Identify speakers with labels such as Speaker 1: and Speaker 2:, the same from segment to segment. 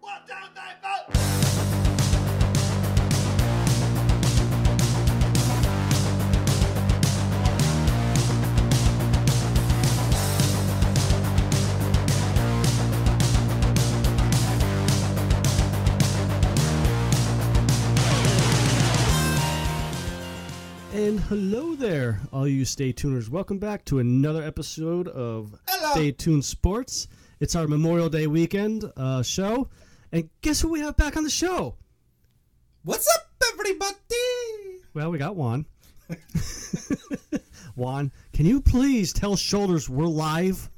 Speaker 1: vote down thy vote!
Speaker 2: And hello there, all you stay tuners. Welcome back to another episode of
Speaker 1: Hello.
Speaker 2: Stay Tuned Sports. It's our Memorial Day weekend uh, show. And guess who we have back on the show?
Speaker 1: What's up, everybody?
Speaker 2: Well, we got Juan. Juan, can you please tell Shoulders we're live?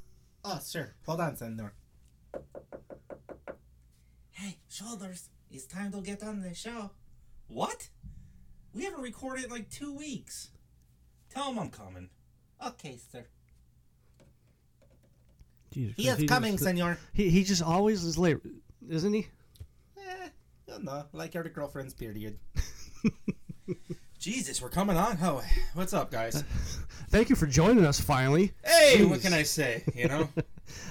Speaker 3: Oh, sure. Hold on, Sandor.
Speaker 4: Hey, shoulders, it's time to get on the show. What? We haven't recorded in like two weeks. Tell him I'm coming. Okay, sir.
Speaker 2: Jesus
Speaker 3: He
Speaker 2: Christ,
Speaker 3: is coming,
Speaker 2: just-
Speaker 3: senor.
Speaker 2: he, he just always is late, isn't he?
Speaker 3: Eh, you know, like your girlfriend's period.
Speaker 4: Jesus, we're coming on. Oh,
Speaker 3: What's up, guys?
Speaker 2: Thank you for joining us finally.
Speaker 4: hey,
Speaker 2: what can
Speaker 4: I say? You know,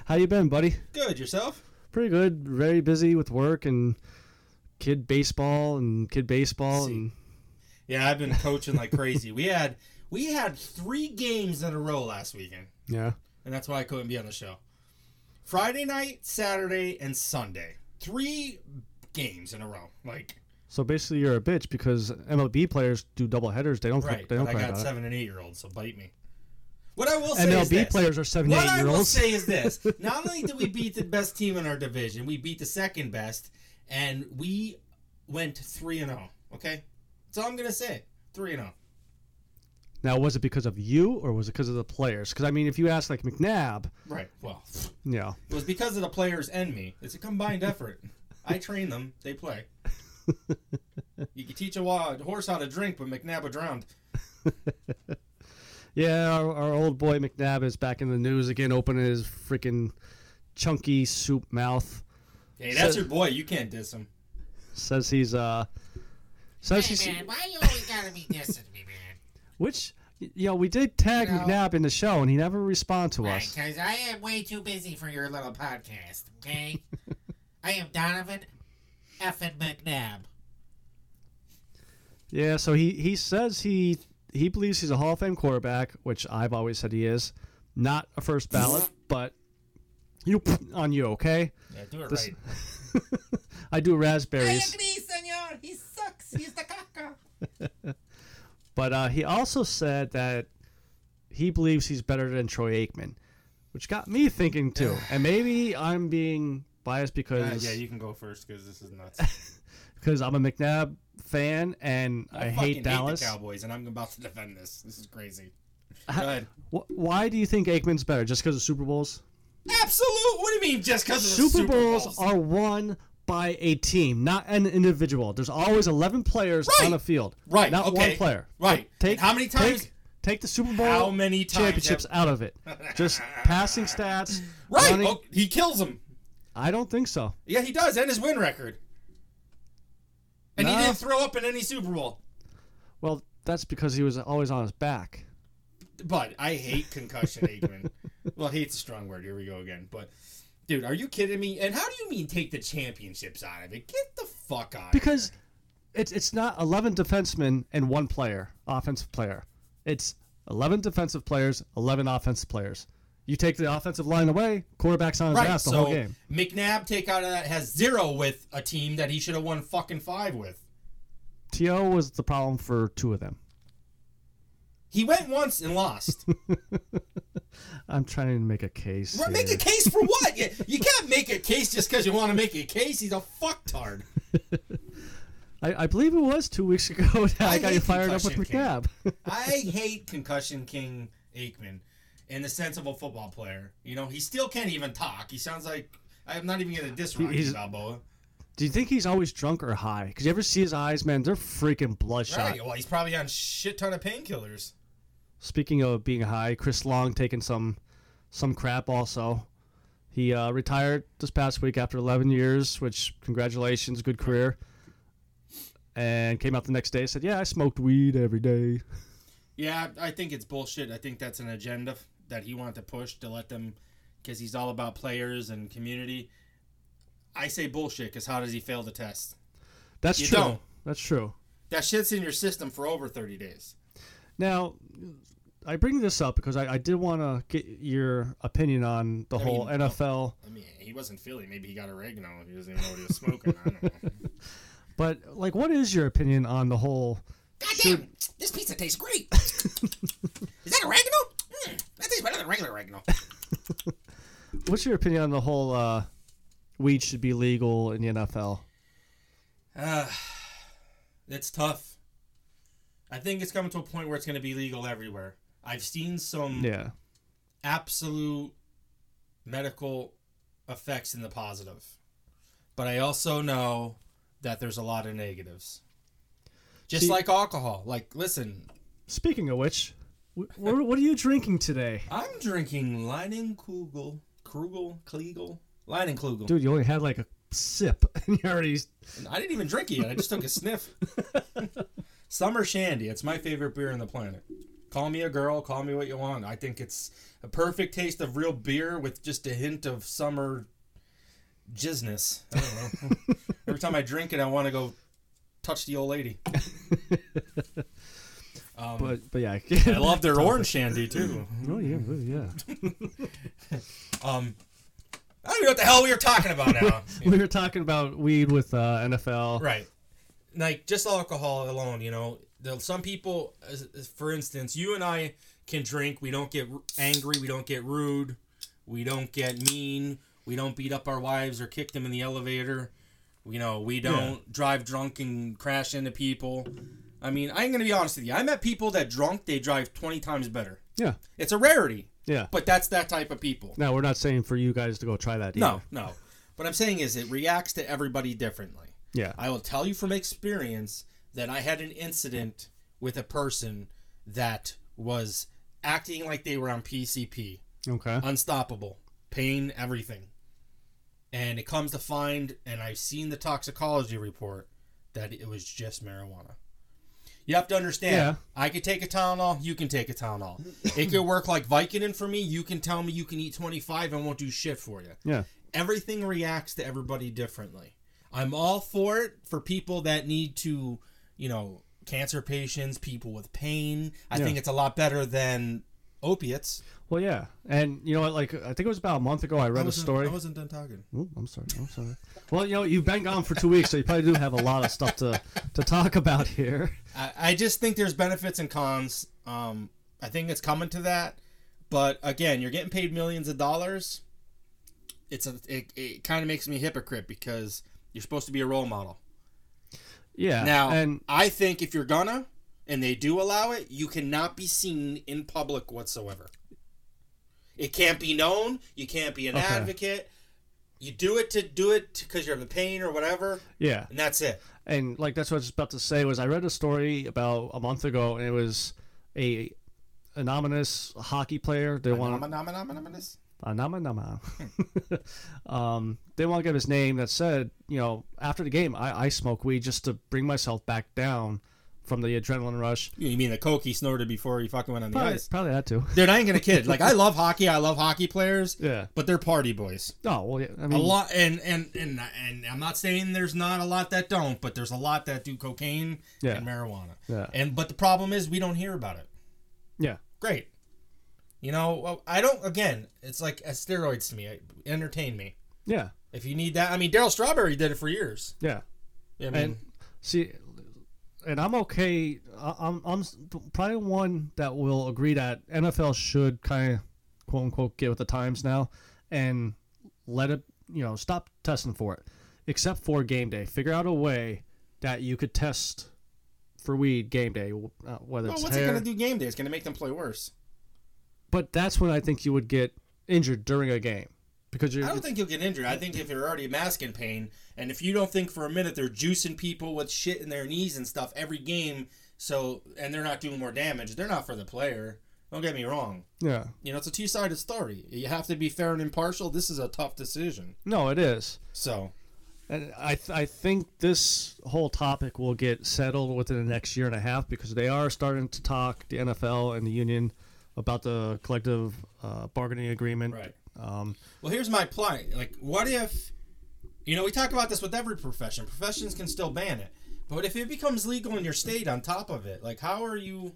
Speaker 2: How you been, buddy?
Speaker 4: good yourself.
Speaker 2: Pretty good. Very busy with work and kid baseball and kid baseball and
Speaker 4: Yeah, I've been coaching like crazy. We had we had three games in a row last weekend,
Speaker 2: yeah.
Speaker 4: and that's why I couldn't be on the show. Friday night, Saturday, and Sunday. Three games in a row. Like
Speaker 2: So basically, you're a bitch because MLB players do double headers. They don't.
Speaker 4: right,
Speaker 2: They don't
Speaker 4: but I
Speaker 2: cry
Speaker 4: got
Speaker 2: about it.
Speaker 4: seven and eight year olds, so bite me. What I will say is
Speaker 2: MLB
Speaker 4: this.
Speaker 2: players are seven,
Speaker 4: What
Speaker 2: eight
Speaker 4: I
Speaker 2: year
Speaker 4: will
Speaker 2: olds.
Speaker 4: say is this: not only did we beat the best team in our division, we beat the second best, and we went three and zero. Okay, that's all I'm gonna say. Three and oh. zero.
Speaker 2: now, was it because of you or was it because of the players? Because I mean, if you ask like McNabb,
Speaker 4: Right. Well,
Speaker 2: you know,
Speaker 4: it was because of the players and me. It's a combined effort. I train them; they play. You can teach a wa- horse how to drink, but McNabb a drowned.
Speaker 2: yeah, our, our old boy McNabb is back in the news again, opening his freaking chunky soup mouth.
Speaker 4: Hey, that's
Speaker 2: So-
Speaker 4: your boy. You can't diss him.
Speaker 2: Says he's uh,
Speaker 3: Oh,
Speaker 2: says he's
Speaker 4: why you always gotta be dissing me, man?
Speaker 2: which you know we did tag
Speaker 4: No.
Speaker 2: McNabb in the show and he never responded to us.
Speaker 4: because I am way too busy for your little podcast, okay? I am Donovan effing McNabb.
Speaker 2: Yeah, so he he says he he believes he's a Hall of Fame quarterback, which I've always said he is. Not a first ballot, but you on you, okay?
Speaker 4: Yeah, do it
Speaker 2: This-
Speaker 4: right.
Speaker 2: I do raspberries,
Speaker 4: agree, senor. He sucks. He's the caca.
Speaker 2: but uh, he also said that he believes he's better than Troy Aikman, which got me thinking too. and maybe I'm being biased because
Speaker 4: Uh, yeah, you can go first because this is nuts.
Speaker 2: because I'm a McNabb fan and I,
Speaker 4: fucking
Speaker 2: hate Dallas. Uh,
Speaker 4: the Cowboys, and I'm about to defend this. This is crazy.
Speaker 2: Ha-
Speaker 4: Go ahead.
Speaker 2: Wh- why do you think Aikman's better? Just because of Super Bowls?
Speaker 4: Absolute. What do you mean just because of the
Speaker 2: Super Bowls
Speaker 4: Bowls?
Speaker 2: are won by a team, not an individual. There's always 11 players
Speaker 4: Right.
Speaker 2: on a field,
Speaker 4: Right,
Speaker 2: Not one
Speaker 4: okay.
Speaker 2: player.
Speaker 4: Right.
Speaker 2: Take
Speaker 4: And how many times?
Speaker 2: Take, take the Super Bowl
Speaker 4: How many times
Speaker 2: championships out of it. Just passing stats.
Speaker 4: right.
Speaker 2: running-
Speaker 4: Oh, he kills him.
Speaker 2: I don't think so.
Speaker 4: Yeah, he does, and his win record. And
Speaker 2: No.
Speaker 4: he didn't throw up in any Super Bowl.
Speaker 2: Well, that's because he was always on his back.
Speaker 4: But I hate concussion Aikman. well, hate's a strong word. Here we go again. But dude, are you kidding me? And how do you mean take the championships out of it? Get the fuck out.
Speaker 2: Because it's it's not 11 defensemen and one player, offensive player. It's 11 defensive players, 11 offensive players. You take the offensive line away, quarterback's on his
Speaker 4: right.
Speaker 2: ass the
Speaker 4: so
Speaker 2: whole game.
Speaker 4: McNabb take out of that has zero with a team that he should have won fucking five with.
Speaker 2: T.O. was the problem for two of them.
Speaker 4: He went once and lost.
Speaker 2: I'm trying to make a case.
Speaker 4: Right, Make
Speaker 2: here.
Speaker 4: a case for what? You, you can't make a case just because you want to make a case. He's a fucktard.
Speaker 2: I, I believe it was two weeks ago that I,
Speaker 4: I
Speaker 2: got
Speaker 4: hate
Speaker 2: you fired up with
Speaker 4: concussion
Speaker 2: McNabb.
Speaker 4: I hate concussion king Aikman in the sense of a football player. You know, he still can't even talk. He sounds like I'm not even gonna diss Rocky
Speaker 2: he's-
Speaker 4: Balboa.
Speaker 2: Do you think he's always drunk or high? Because you ever see his eyes, man? They're freaking bloodshot.
Speaker 4: Right. Well, he's probably on shit ton of painkillers.
Speaker 2: Speaking of being high, Chris Long taking some some crap also. He uh, retired this past week after 11 years, which congratulations, good career. And came out the next day said, "Yeah, I smoked weed every day."
Speaker 4: Yeah, I I think it's bullshit. I think that's an agenda f- that he wanted to push to let them, because he's all about players and community. I say bullshit because how does he fail the test?
Speaker 2: That's
Speaker 4: You
Speaker 2: true.
Speaker 4: don't.
Speaker 2: That's true.
Speaker 4: That shit's in your system for over 30 days.
Speaker 2: Now, I bring this up because I, I did want to get your opinion on the whole
Speaker 4: mean,
Speaker 2: NFL.
Speaker 4: I mean, he wasn't Philly. Maybe he got oregano. He doesn't even know what he was smoking. I don't know.
Speaker 2: But like, what is your opinion on the whole?
Speaker 3: Goddamn! This pizza tastes great. Is that oregano? Mm, that tastes better than regular oregano.
Speaker 2: What's your opinion on the whole? Uh, weed should be legal in the NFL.
Speaker 4: Uh, it's tough. I think it's coming to a point where it's going to be legal everywhere. I've seen some
Speaker 2: Yeah,
Speaker 4: absolute medical effects in the positive, but I also know that there's a lot of negatives. Just
Speaker 2: See-
Speaker 4: like alcohol. Like, listen,
Speaker 2: Speaking of which, wh- what, what are you drinking today?
Speaker 4: I'm drinking Leinenkugel, Krugel, Klegel, Leinenklugel.
Speaker 2: Dude, you only had like a sip and you already.
Speaker 4: I didn't even drink it yet. I just took a sniff. Summer Shandy. It's my favorite beer on the planet. Call me a girl. Call me what you want. I think it's a perfect taste of real beer with just a hint of summer jizzness. I don't know. Every time I drink it, I want to go touch the old lady. Um,
Speaker 2: But but yeah.
Speaker 4: I love their orange shandy too.
Speaker 2: oh yeah, well, yeah.
Speaker 4: Mm-hmm. Um, I don't even know what the hell we were talking about now.
Speaker 2: We were talking about weed with uh, NFL.
Speaker 4: Right. Like just alcohol alone, you know. There, some people, as- as- for instance, you and I can drink. We don't get r- angry. We don't get rude. We don't get mean. We don't beat up our wives or kick them in the elevator. You know, we don't drive drunk and crash into people. I mean, I'm going to be honest with you. I met people that drunk, they drive 20 times better.
Speaker 2: Yeah,
Speaker 4: It's a rarity,
Speaker 2: yeah.
Speaker 4: but that's that type of people.
Speaker 2: Now we're not saying for you guys to go try that.
Speaker 4: No,
Speaker 2: either.
Speaker 4: no. What I'm saying is it reacts to everybody differently.
Speaker 2: Yeah.
Speaker 4: I will tell you from experience that I had an incident with a person that was acting like they were on PCP,
Speaker 2: Okay.
Speaker 4: unstoppable, pain, everything. And it comes to find, and I've seen the toxicology report, that it was just marijuana. You have to understand.
Speaker 2: Yeah.
Speaker 4: I could take a Tylenol. You can take a Tylenol. it could work like Vicodin for me. You can tell me you can eat 25 and won't do shit for you
Speaker 2: Yeah.
Speaker 4: everything reacts to everybody differently. I'm all for it for people that need to, you know, cancer patients, people with pain. I
Speaker 2: Yeah.
Speaker 4: think it's a lot better than opiates.
Speaker 2: Well, yeah. And you know what? Like I think it was about a month ago. I read a story.
Speaker 4: I wasn't done talking.
Speaker 2: Ooh, I'm sorry. I'm sorry. Well, you know, you've been gone for two weeks, so you probably do have a lot of stuff to to talk about here.
Speaker 4: I, I just think there's benefits and cons. Um, I think it's coming to that, but again, you're getting paid millions of dollars. It's a it, it kind of makes me a hypocrite because you're supposed to be a role model.
Speaker 2: Yeah.
Speaker 4: Now,
Speaker 2: and
Speaker 4: I think if you're gonna, and they do allow it, you cannot be seen in public whatsoever. It can't be known. You can't be an
Speaker 2: Okay.
Speaker 4: advocate. You do it to do it because you're in the pain or whatever,
Speaker 2: yeah.
Speaker 4: and that's it.
Speaker 2: and like that's what I was about to say was I read a story about a month ago and it was a anonymous hockey player they want
Speaker 4: Anonymous?
Speaker 2: anonymous um they want to give his name that said you know after the game I, I smoke weed just to bring myself back down from the adrenaline rush
Speaker 4: You mean the coke he snorted before he fucking went on the
Speaker 2: probably,
Speaker 4: ice?
Speaker 2: probably had to
Speaker 4: Dude, I ain't gonna kid. Like I love hockey. I love hockey players.
Speaker 2: Yeah.
Speaker 4: But they're party boys.
Speaker 2: oh well yeah, I
Speaker 4: A
Speaker 2: mean
Speaker 4: lot, and and and and I'm not saying there's not a lot that don't, but there's a lot that do cocaine
Speaker 2: Yeah.
Speaker 4: and marijuana.
Speaker 2: Yeah.
Speaker 4: And but the problem is we don't hear about it.
Speaker 2: yeah
Speaker 4: Great. You know, well, I don't. Again, it's like uh, steroids to me. I- Entertain me.
Speaker 2: yeah
Speaker 4: If you need that, I mean, Daryl Strawberry did it for years.
Speaker 2: yeah
Speaker 4: I mean,
Speaker 2: and see and i'm okay I- i'm i'm s- probably one that will agree that nfl should kind of quote unquote get with the times now and let it you know stop testing for it except for game day figure out a way that you could test for weed game day uh, whether
Speaker 4: well,
Speaker 2: it's
Speaker 4: what's it
Speaker 2: hair
Speaker 4: gonna do game day? It's gonna make them play worse.
Speaker 2: but that's when i think you would get injured during a game because you're
Speaker 4: I don't think you'll get injured. I think if you're already mask in pain, and if you don't think for a minute they're juicing people with shit in their knees and stuff every game, so and they're not doing more damage, they're not for the player. Don't get me wrong.
Speaker 2: yeah
Speaker 4: You know, it's a two sided story. You have to be fair and impartial. This is a tough decision.
Speaker 2: no it is
Speaker 4: So
Speaker 2: And I, th- I think this whole topic will get settled within the next year and a half because they are starting to talk the NFL and the union about the collective uh, bargaining agreement.
Speaker 4: Right.
Speaker 2: Um,
Speaker 4: Well, here's my plight. Like, what if You know, we talk about this with every profession. Professions can still ban it. But if it becomes legal in your state on top of it, like how are you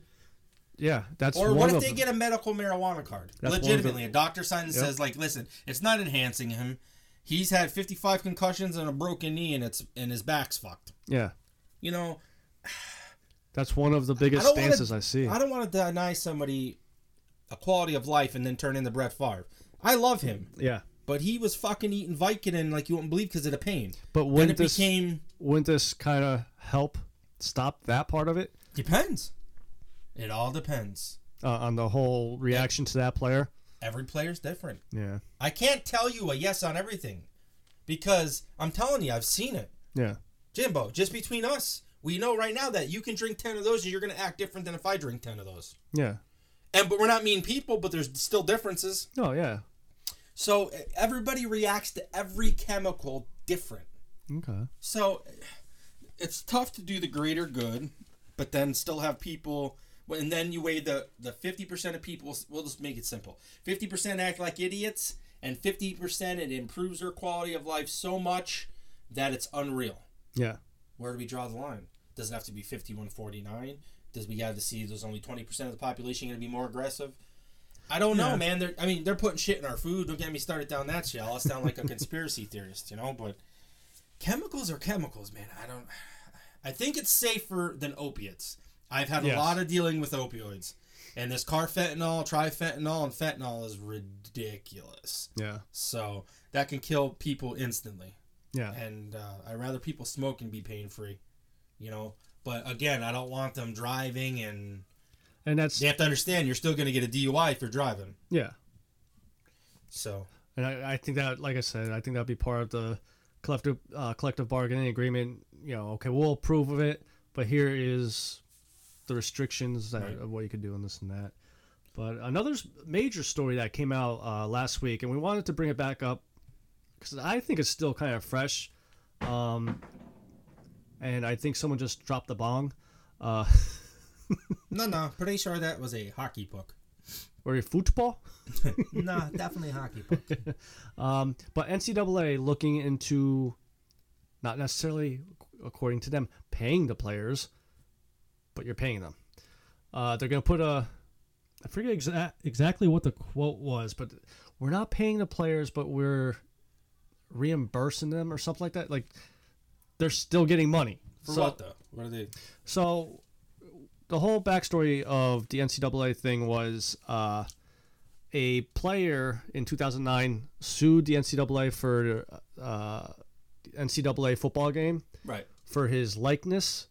Speaker 2: Yeah, that's
Speaker 4: or
Speaker 2: one
Speaker 4: what if
Speaker 2: of
Speaker 4: they
Speaker 2: them.
Speaker 4: get a medical marijuana card?
Speaker 2: That's one of
Speaker 4: Legitimately, a
Speaker 2: them.
Speaker 4: doctor signs and
Speaker 2: Yep.
Speaker 4: says like, "Listen, it's not enhancing him. He's had 55 concussions and a broken knee and it's and his back's fucked."
Speaker 2: yeah,
Speaker 4: You know,
Speaker 2: that's one of the biggest
Speaker 4: I don't wanna-
Speaker 2: stances I see.
Speaker 4: I don't want to deny somebody a quality of life and then turn into Brett Favre. I love him,
Speaker 2: yeah,
Speaker 4: but he was fucking eating Vicodin like you wouldn't believe because of the pain.
Speaker 2: but
Speaker 4: When
Speaker 2: wouldn't
Speaker 4: it
Speaker 2: this
Speaker 4: became
Speaker 2: wouldn't this kind of help stop that part of it
Speaker 4: depends. It all depends.
Speaker 2: uh, on the whole reaction to that player?
Speaker 4: Every player's different.
Speaker 2: Yeah,
Speaker 4: I can't tell you a yes on everything because I'm telling you, I've seen it.
Speaker 2: yeah,
Speaker 4: Jimbo, just between us, we know right now that you can drink 10 of those and you're going to act different than if I drink 10 of those.
Speaker 2: yeah.
Speaker 4: And but we're not mean people, but there's still differences.
Speaker 2: Oh yeah.
Speaker 4: So eh, everybody reacts to every chemical different.
Speaker 2: Okay.
Speaker 4: So it's tough to do the greater good, but then still have people. And then you weigh the the fifty percent of people. We'll just make it simple. Fifty percent act like idiots, and fifty percent it improves their quality of life so much that it's unreal.
Speaker 2: Yeah.
Speaker 4: Where do we draw the line? Doesn't have to be fifty one forty nine. Does we got to see there's only twenty percent of the population going to be more aggressive? I don't know, man. They're, I mean, they're putting shit in our food. Don't get me started down that shit. I'll sound like a conspiracy theorist, you know. But chemicals are chemicals, man. I don't. I think it's safer than opiates. I've had
Speaker 2: Yes.
Speaker 4: a lot of dealing with opioids, and this carfentanil, trifentanil, and fentanyl is ridiculous.
Speaker 2: Yeah.
Speaker 4: So that can kill people instantly
Speaker 2: Yeah.
Speaker 4: and uh, I'd rather people smoke and be pain free, you know. But again, I don't want them driving, and
Speaker 2: And that's
Speaker 4: they
Speaker 2: yeah.
Speaker 4: have to understand you're still going to get a DUI if you're driving. So
Speaker 2: And I, I think that, like I said, I think that'd be part of the collective uh, collective bargaining agreement. You know, okay, we'll approve of it, but here is the restrictions that,
Speaker 4: Right.
Speaker 2: of what you could do and this and that. But another s- major story that came out uh, last week, and we wanted to bring it back up because I think it's still kind of fresh. Um, and I think someone just dropped the bong, uh,
Speaker 4: no, no, pretty sure that was a hockey puck.
Speaker 2: or a football.
Speaker 4: no, definitely hockey puck.
Speaker 2: Um, but NCAA looking into not necessarily, according to them, paying the players, but you're paying them. Uh, they're going to put a, I forget exa- exactly what the quote was, but we're not paying the players, but we're reimbursing them or something like that. Like they're still getting money.
Speaker 4: For
Speaker 2: So-
Speaker 4: what though? What are they?
Speaker 2: so the whole backstory of the NCAA thing was uh, a player in 2009 sued the NCAA for uh, the NCAA football game
Speaker 4: Right.
Speaker 2: for his likeness.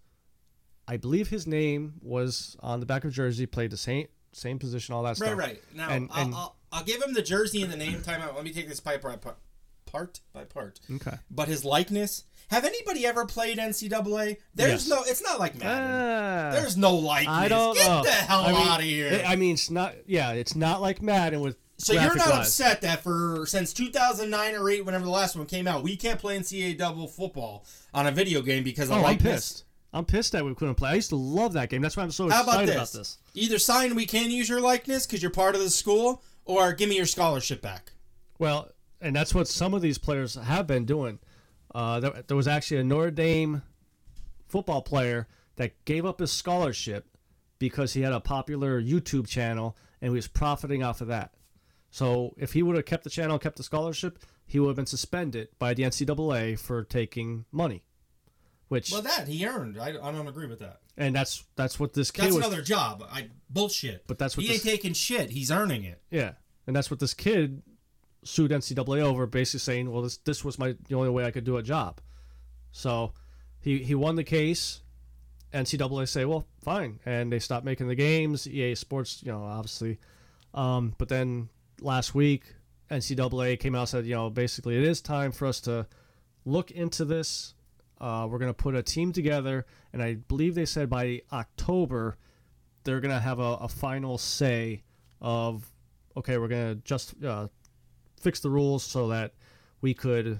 Speaker 2: I believe his name was on the back of jersey. Played the same same position, all that
Speaker 4: Right,
Speaker 2: stuff.
Speaker 4: right. Now
Speaker 2: And-
Speaker 4: I'll,
Speaker 2: and-
Speaker 4: I'll, I'll give him the jersey and the name. Time out. Let me take this pipe by part, part by part.
Speaker 2: Okay.
Speaker 4: But his likeness. Have anybody ever played NCAA? There's
Speaker 2: Yes.
Speaker 4: no. It's not like Madden.
Speaker 2: Ah,
Speaker 4: There's no likeness.
Speaker 2: I don't
Speaker 4: Get
Speaker 2: know.
Speaker 4: the hell
Speaker 2: I mean,
Speaker 4: out of here.
Speaker 2: I mean, it's not. Yeah, it's not like Madden with.
Speaker 4: So you're
Speaker 2: graphic
Speaker 4: not
Speaker 2: lines.
Speaker 4: upset that for since 2009 or 8, whenever the last one came out, we can't play NCAA double football on a video game because
Speaker 2: Oh,
Speaker 4: of
Speaker 2: I'm
Speaker 4: likeness.
Speaker 2: pissed. I'm pissed that we couldn't play. I used to love that game. That's why I'm so
Speaker 4: How
Speaker 2: excited
Speaker 4: about this?
Speaker 2: about this.
Speaker 4: Either sign we can use your likeness because you're part of the school, or give me your scholarship back.
Speaker 2: Well, and that's what some of these players have been doing. Uh, there, there was actually a Notre Dame football player that gave up his scholarship because he had a popular YouTube channel and he was profiting off of that. So if he would have kept the channel, kept the scholarship, he would have been suspended by the NCAA for taking money. Which
Speaker 4: Well, that he earned. I, I don't agree with that.
Speaker 2: and that's that's what this kid
Speaker 4: That's
Speaker 2: was
Speaker 4: another job. I bullshit.
Speaker 2: But that's what
Speaker 4: he ain't
Speaker 2: this-
Speaker 4: taking shit. He's earning it.
Speaker 2: Yeah, and that's what this kid sued NCAA over, basically saying, "Well, this this was my the only way I could do a job." So he he won the case. NCAA say, "Well, fine," and they stopped making the games. EA Sports, you know, obviously. Um, but then last week, NCAA came out and said, you know, basically it is time for us to look into this. Uh, we're going to put a team together, and I believe they said by October they're going to have a, a final say of okay, we're gonna just uh, fix the rules so that we could.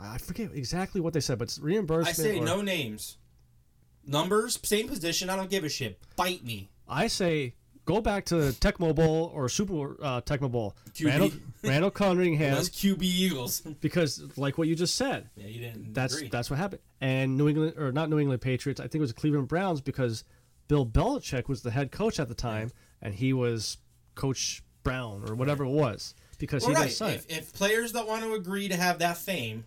Speaker 2: I forget exactly what they said, but it's reimbursement.
Speaker 4: I say
Speaker 2: or-
Speaker 4: no names, numbers, same position. I don't give a shit. Bite me.
Speaker 2: I say go back to Tech Mobile or Super uh, Tech Mobile.
Speaker 4: QB.
Speaker 2: Randall, Randall Cunningham,
Speaker 4: That's QB Eagles.
Speaker 2: because like what you just said,
Speaker 4: yeah, you didn't.
Speaker 2: that's
Speaker 4: agree.
Speaker 2: that's what happened. And New England or not New England Patriots, I think it was the Cleveland Browns because Bill Belichick was the head coach at the time, and he was Coach Brown or whatever it was because
Speaker 4: Well,
Speaker 2: he
Speaker 4: right.
Speaker 2: didn't sign.
Speaker 4: If, if players that want to agree to have that fame,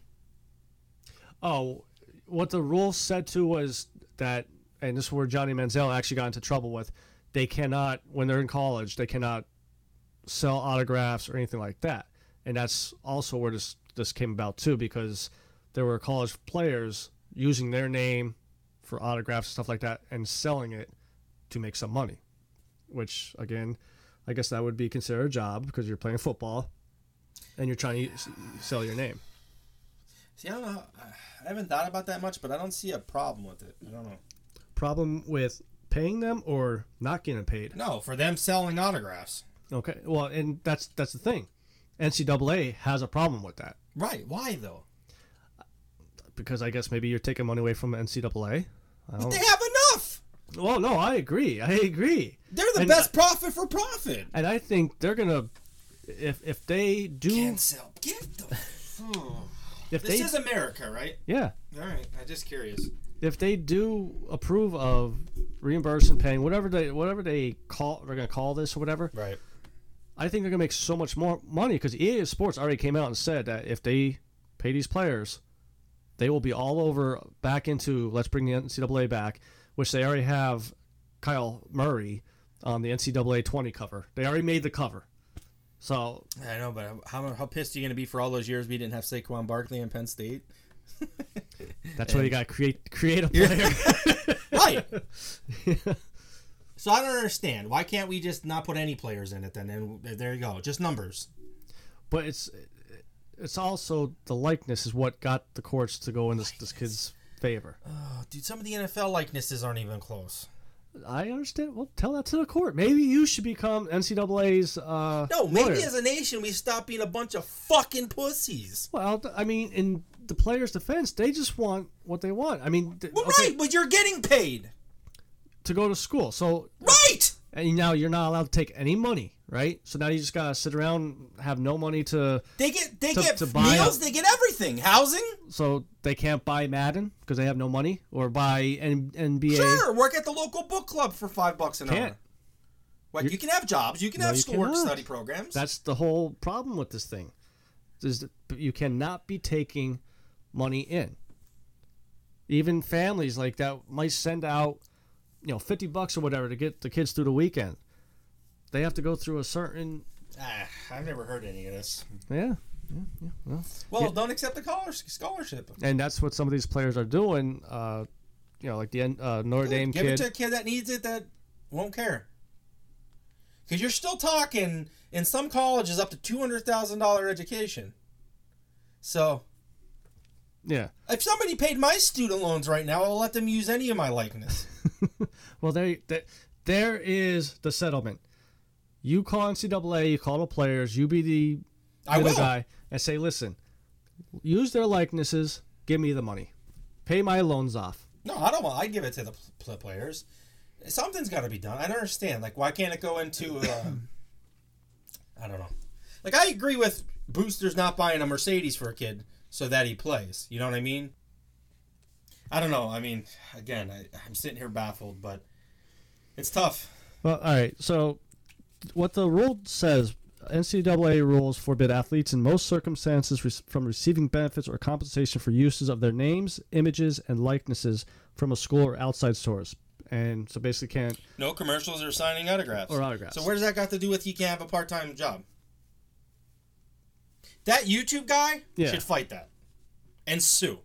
Speaker 2: Oh, what the rule said to was that, and this is where Johnny Manziel actually got into trouble with. They cannot, when they're in college, they cannot sell autographs or anything like that. And that's also where this this came about too, because there were college players using their name for autographs and stuff like that, and selling it to make some money. Which again, I guess that would be considered a job because you're playing football and you're trying to s- sell your name.
Speaker 4: see, I don't know. I haven't thought about that much, but I don't see a problem with it. I don't know.
Speaker 2: problem with paying them or not getting paid.
Speaker 4: No, for them selling autographs.
Speaker 2: Okay. Well, and that's that's the thing. NCAA has a problem with that
Speaker 4: Right? Why though?
Speaker 2: because I guess maybe you're taking money away from NCAA. I
Speaker 4: They
Speaker 2: don't,
Speaker 4: have enough.
Speaker 2: well, no, I agree. I agree,
Speaker 4: They're the
Speaker 2: And-
Speaker 4: best profit for profit.
Speaker 2: and I think they're gonna if if they do
Speaker 4: Cancel. Get the. Oh.
Speaker 2: if
Speaker 4: This
Speaker 2: they
Speaker 4: is America, right?
Speaker 2: yeah
Speaker 4: All right. I'm just curious.
Speaker 2: if they do approve of reimbursing paying whatever they whatever they call they're gonna call this or whatever
Speaker 4: Right.
Speaker 2: I think they're gonna make so much more money because EA Sports already came out and said that if they pay these players, they will be all over back into let's bring the NCAA back, which they already have Kyle Murray on the NCAA 20 cover. They already made the cover, so
Speaker 4: I know, but how, how pissed are you going to be for all those years we didn't have Saquon Barkley in Penn State?
Speaker 2: that's why you got to create create a player.
Speaker 4: Right. so I don't understand. Why can't we just not put any players in it then? And there you go. Just numbers.
Speaker 2: but it's it's also the likeness is what got the courts to go in this, this kid's favor.
Speaker 4: Oh, dude, some of the NFL likenesses aren't even close.
Speaker 2: I understand. Well, tell that to the court. Maybe you should become NCAA's. Uh,
Speaker 4: No, maybe
Speaker 2: lawyer.
Speaker 4: as a nation we stop being a bunch of fucking pussies.
Speaker 2: Well, th- I mean, in the players' defense, they just want what they want. I mean, th-
Speaker 4: Well,
Speaker 2: okay,
Speaker 4: right, but you're getting paid.
Speaker 2: to go to school. So
Speaker 4: Right.
Speaker 2: and now you're not allowed to take any money, right? So now you just gotta sit around, have no money to,
Speaker 4: They get they
Speaker 2: To-
Speaker 4: get
Speaker 2: to buy
Speaker 4: meals,
Speaker 2: a-
Speaker 4: they get everything. Housing?
Speaker 2: so they can't buy Madden because they have no money, or buy N- NBA.
Speaker 4: Sure. Work at the local book club for 5 bucks an
Speaker 2: Can't.
Speaker 4: hour. What, you can have jobs, you can have
Speaker 2: you
Speaker 4: schoolwork
Speaker 2: cannot.
Speaker 4: study programs.
Speaker 2: That's the whole problem with this thing. Is that you cannot be taking money in. Even families like that might send out, you know, fifty bucks or whatever to get the kids through the weekend. They have to go through a certain
Speaker 4: Ah, I've never heard any of this.
Speaker 2: yeah,
Speaker 4: Well, don't accept the collar- scholarship.
Speaker 2: and that's what some of these players are doing. Uh, you know, like the N- uh, Notre Dame
Speaker 4: Give it
Speaker 2: kid.
Speaker 4: to a kid that needs it that won't care. Because you're still talking in some colleges up to two hundred thousand dollar education. So
Speaker 2: yeah.
Speaker 4: if somebody paid my student loans right now, I'll let them use any of my likeness.
Speaker 2: Well, there, there, there is the settlement. You call NCAA, you call the players, you be the
Speaker 4: I
Speaker 2: middle
Speaker 4: will.
Speaker 2: guy, and say, listen, use their likenesses, give me the money, pay my loans off.
Speaker 4: No, I don't want. I give it to the pl- pl- players. Something's got to be done. I don't understand. Like, why can't it go into? Uh, I don't know. Like, I agree with boosters not buying a Mercedes for a kid so that he plays. You know what I mean? I don't know. I mean, again, I, I'm sitting here baffled, but it's tough.
Speaker 2: Well, all right. So, what the rule says NCAA rules forbid athletes in most circumstances re- from receiving benefits or compensation for uses of their names, images, and likenesses from a school or outside source. And so basically can't.
Speaker 4: No commercials or signing autographs.
Speaker 2: Or autographs.
Speaker 4: So where's that got to do with you can't have a part-time job? That YouTube guy
Speaker 2: Yeah.
Speaker 4: should fight that and sue.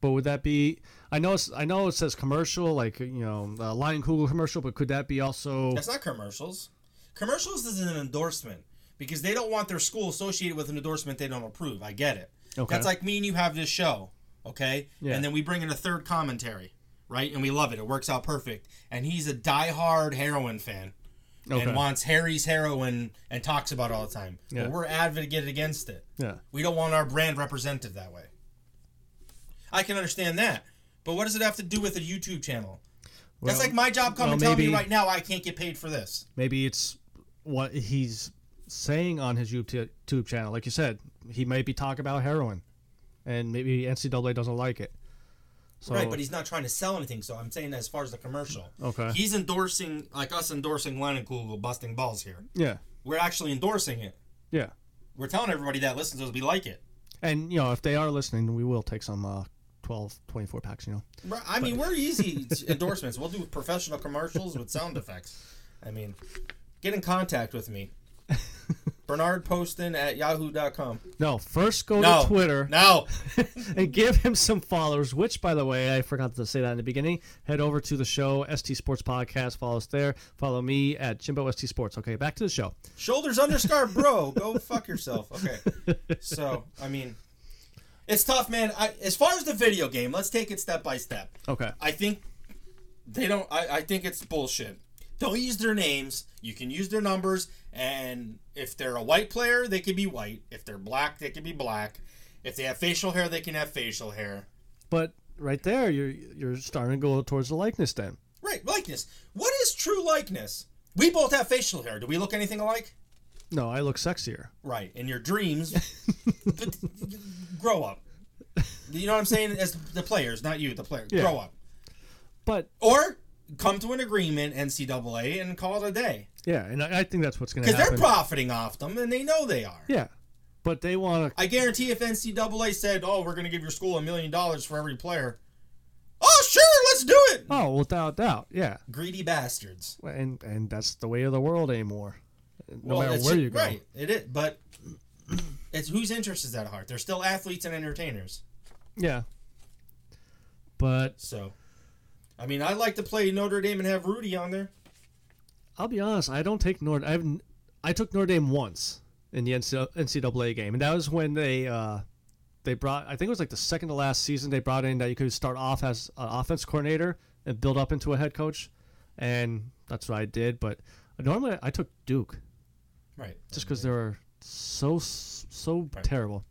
Speaker 2: But would that be? I know. It's, I know it says commercial, like you know, uh, Lion Kugel commercial. But could that be also?
Speaker 4: That's not commercials. Commercials is an endorsement because they don't want their school associated with an endorsement they don't approve. I get it.
Speaker 2: Okay.
Speaker 4: That's like me and you have this show, okay?
Speaker 2: Yeah.
Speaker 4: And then we bring in a third commentary, right? And we love it. It works out perfect. And he's a diehard heroin fan
Speaker 2: Okay.
Speaker 4: and wants Harry's heroin and talks about it all the time.
Speaker 2: Yeah.
Speaker 4: But we're advocated against it.
Speaker 2: Yeah.
Speaker 4: We don't want our brand represented that way. I can understand that. But what does it have to do with a YouTube channel? That's
Speaker 2: Well,
Speaker 4: like my job coming
Speaker 2: well,
Speaker 4: and telling me
Speaker 2: maybe-
Speaker 4: right now I can't get paid for this.
Speaker 2: maybe it's what he's saying on his YouTube YouTube channel. Like you said, he might be talking about heroin, and maybe NCAA doesn't like it. So,
Speaker 4: Right, but he's not trying to sell anything. So I'm saying as far as the commercial,
Speaker 2: Okay.
Speaker 4: he's endorsing like us endorsing Line and Google busting balls here.
Speaker 2: yeah,
Speaker 4: We're actually endorsing it.
Speaker 2: yeah,
Speaker 4: We're telling everybody that listens to us we like it.
Speaker 2: and you know if they are listening, we will take some uh, 12, 24 packs. You know,
Speaker 4: Bru- I mean, we're easy endorsements. We'll do professional commercials with sound effects. I mean, get in contact with me. Bernard Poston at yahoo.com.
Speaker 2: no, first go
Speaker 4: No.
Speaker 2: to Twitter
Speaker 3: Oh,
Speaker 4: No.
Speaker 2: and give him some followers. Which, by the way, I forgot to say that in the beginning. Head over to the show ST Sports Podcast. Follow us there. Follow me at Jimbo ST Sports. Okay, back to the show.
Speaker 4: Shoulders underscore bro. Go fuck yourself. Okay. So, I mean, it's tough, man. I, as far as the video game, let's take it step by step.
Speaker 2: Okay,
Speaker 4: I think they don't. I, I think it's bullshit. Don't use their names. You can use their numbers, and if they're a white player, they can be white. If they're black, they can be black. If they have facial hair, they can have facial hair.
Speaker 2: but right there, you're you're starting to go towards the likeness then.
Speaker 4: Right, likeness. What is true likeness? We both have facial hair. Do we look anything alike?
Speaker 2: No, I look sexier.
Speaker 4: Right, in your dreams. but, grow up. You know what I'm saying? As the players, not you, the player.
Speaker 2: Yeah.
Speaker 4: Grow up.
Speaker 2: But
Speaker 4: Or come to an agreement, NCAA, and call it a day.
Speaker 2: yeah, and I, I think that's what's going to
Speaker 4: Because
Speaker 2: happen.
Speaker 4: they're profiting off them, and they know they are.
Speaker 2: yeah, but they want to.
Speaker 4: I guarantee if NCAA said, "Oh, we're going to give your school a million dollars for every player," oh sure, let's do it.
Speaker 2: Oh, without doubt, yeah,
Speaker 4: Greedy bastards.
Speaker 2: and and that's the way of the world anymore. No
Speaker 4: Well,
Speaker 2: matter
Speaker 4: it's-
Speaker 2: where you go.
Speaker 4: right? It is, but it's whose interest is that at heart? They're still athletes and entertainers.
Speaker 2: Yeah. But
Speaker 4: So, I mean, I'd like to play Notre Dame and have Rudy on there.
Speaker 2: I'll be honest, I don't take Nord. I've n- I took Notre Dame once in the NCAA game, and that was when they uh, they brought. I think it was like the second to last season they brought in that you could start off as an offense coordinator and build up into a head coach, and that's what I did. But normally I took Duke
Speaker 4: Right.
Speaker 2: just because they were so so
Speaker 4: Right.
Speaker 2: terrible,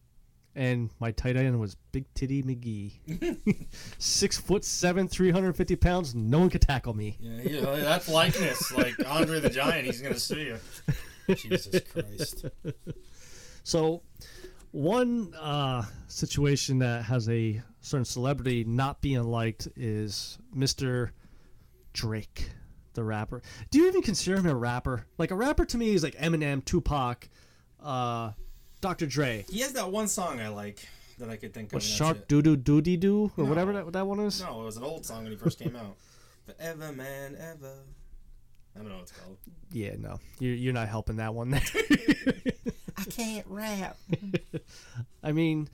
Speaker 2: and my tight end was Big Titty McGee, six foot seven, three hundred fifty pounds. No one could tackle me.
Speaker 4: Yeah, you know, that's likeness, like Andre the Giant. He's going to sue you. Jesus Christ.
Speaker 2: So, one uh, situation that has a certain celebrity not being liked is Mr. Drake, the rapper. Do you even consider him a rapper? Like, a rapper to me is like Eminem, Tupac, uh, Dr. Dre,
Speaker 4: He has that one song I like that I could think of.
Speaker 2: what,
Speaker 4: and that's
Speaker 2: Shark
Speaker 4: it.
Speaker 2: Doo Doo Doo Dee Doo, or whatever
Speaker 4: No.
Speaker 2: that, that one is?
Speaker 4: No, it was an old song when he first came out. Forever, man, ever. I don't know what it's called.
Speaker 2: Yeah, no. You're, you're not helping that one there.
Speaker 3: I can't rap.
Speaker 2: I mean,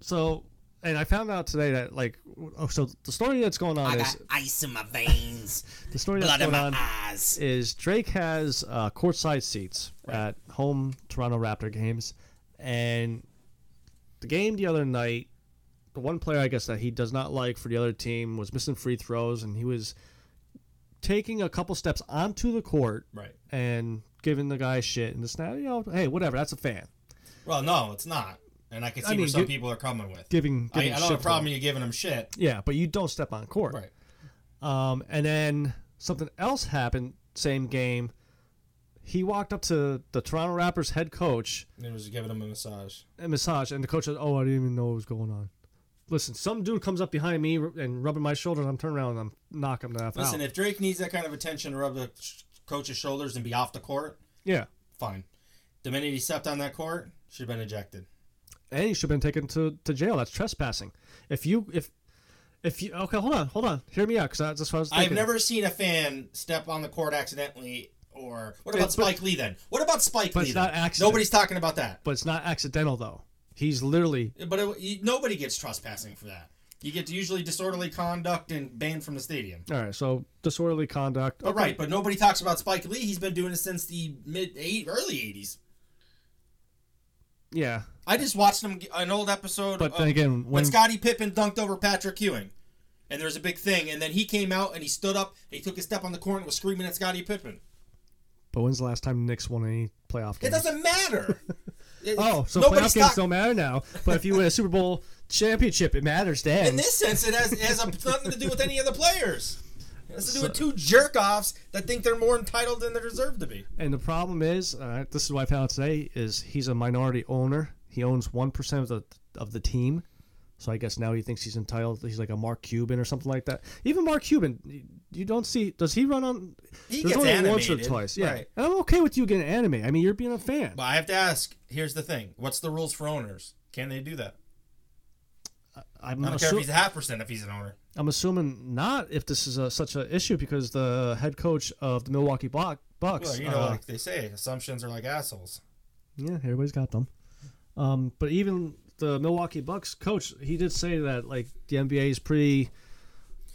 Speaker 2: so. And I found out today that like, oh, so the story that's going on
Speaker 3: I
Speaker 2: is
Speaker 3: got ice in my veins,
Speaker 2: the story that's
Speaker 3: blood
Speaker 2: going
Speaker 3: in my
Speaker 2: on
Speaker 3: eyes.
Speaker 2: is Drake has uh, courtside seats at home Toronto Raptor games, and the game the other night, the one player I guess that he does not like for the other team was missing free throws, and he was taking a couple steps onto the court
Speaker 4: Right.
Speaker 2: and giving the guy shit and this now you know hey whatever that's a fan
Speaker 4: Well, no, it's not. And I can see
Speaker 2: mean,
Speaker 4: where some
Speaker 2: you-
Speaker 4: people are coming with.
Speaker 2: giving,
Speaker 4: I, I
Speaker 2: giving
Speaker 4: don't have
Speaker 2: shit
Speaker 4: a
Speaker 2: to
Speaker 4: problem
Speaker 2: him.
Speaker 4: you giving them shit.
Speaker 2: yeah but you don't step on court
Speaker 4: Right.
Speaker 2: Um, and then something else happened same game. He walked up to the Toronto Raptors head coach
Speaker 4: And it was giving them a massage.
Speaker 2: a massage, and the coach said, "Oh, I didn't even know what was going on." Listen, some dude comes up behind me r- and rubbing my shoulders. I'm turning around and I'm knocking him the F
Speaker 4: Listen,
Speaker 2: out.
Speaker 4: if Drake needs that kind of attention to rub the sh- coach's shoulders and be off the court,
Speaker 2: yeah,
Speaker 4: fine. The minute he stepped on that court, should have been ejected.
Speaker 2: and he should have been taken to, to jail. That's trespassing. If you if if you okay, hold on, hold on, hear me out because that's what I was thinking.
Speaker 4: I've never seen a fan step on the court accidentally. Or what about
Speaker 2: It's- but-
Speaker 4: Spike Lee then? What about Spike
Speaker 2: But
Speaker 4: Lee?
Speaker 2: it's
Speaker 4: then?
Speaker 2: not accident.
Speaker 4: Nobody's talking about that.
Speaker 2: but it's not accidental though. He's literally
Speaker 4: But it, you, nobody gets trespassing for that. You get usually disorderly conduct and banned from the stadium.
Speaker 2: all right. So disorderly conduct.
Speaker 4: But right, but nobody talks about Spike Lee. He's been doing it since the mid eight, early '80s.
Speaker 2: Yeah,
Speaker 4: I just watched him an old episode.
Speaker 2: but
Speaker 4: of
Speaker 2: then again,
Speaker 4: when
Speaker 2: when
Speaker 4: Scottie Pippen dunked over Patrick Ewing, and there was a big thing, and then he came out and he stood up, and he took a step on the court and was screaming at Scottie Pippen.
Speaker 2: but when's the last time Knicks won any playoff
Speaker 4: It
Speaker 2: game?
Speaker 4: doesn't matter. It-
Speaker 2: Oh, so
Speaker 4: nobody's
Speaker 2: playoff games
Speaker 4: talk-
Speaker 2: don't matter now. But if you win a Super Bowl championship, it matters then.
Speaker 4: In this sense, it has, it has a, nothing to do with any of the players. It has to do with two jerk offs that think they're more entitled than they deserve to be.
Speaker 2: And the problem is, uh, this is what I found out today, is he's a minority owner. He owns 1% of the of the team. So I guess now he thinks he's entitled. He's like a Mark Cuban or something like that. Even Mark Cuban, you don't see. Does he run on?
Speaker 4: He
Speaker 2: there's
Speaker 4: gets
Speaker 2: only once or
Speaker 4: animated,
Speaker 2: twice. Yeah,
Speaker 4: right.
Speaker 2: and I'm okay with you getting anime. I mean, you're being a fan.
Speaker 4: But I have to ask. Here's the thing: What's the rules for owners? Can they do that?
Speaker 2: I'm,
Speaker 4: I don't care
Speaker 2: assu-
Speaker 4: if he's a half percent if he's an owner.
Speaker 2: I'm assuming not if this is a, such an issue because the head coach of the Milwaukee Buck, Bucks.
Speaker 4: Well, you know,
Speaker 2: uh,
Speaker 4: like they say, assumptions are like assholes.
Speaker 2: Yeah, everybody's got them. Um, but even the Milwaukee Bucks coach, he did say that like the NBA is pretty,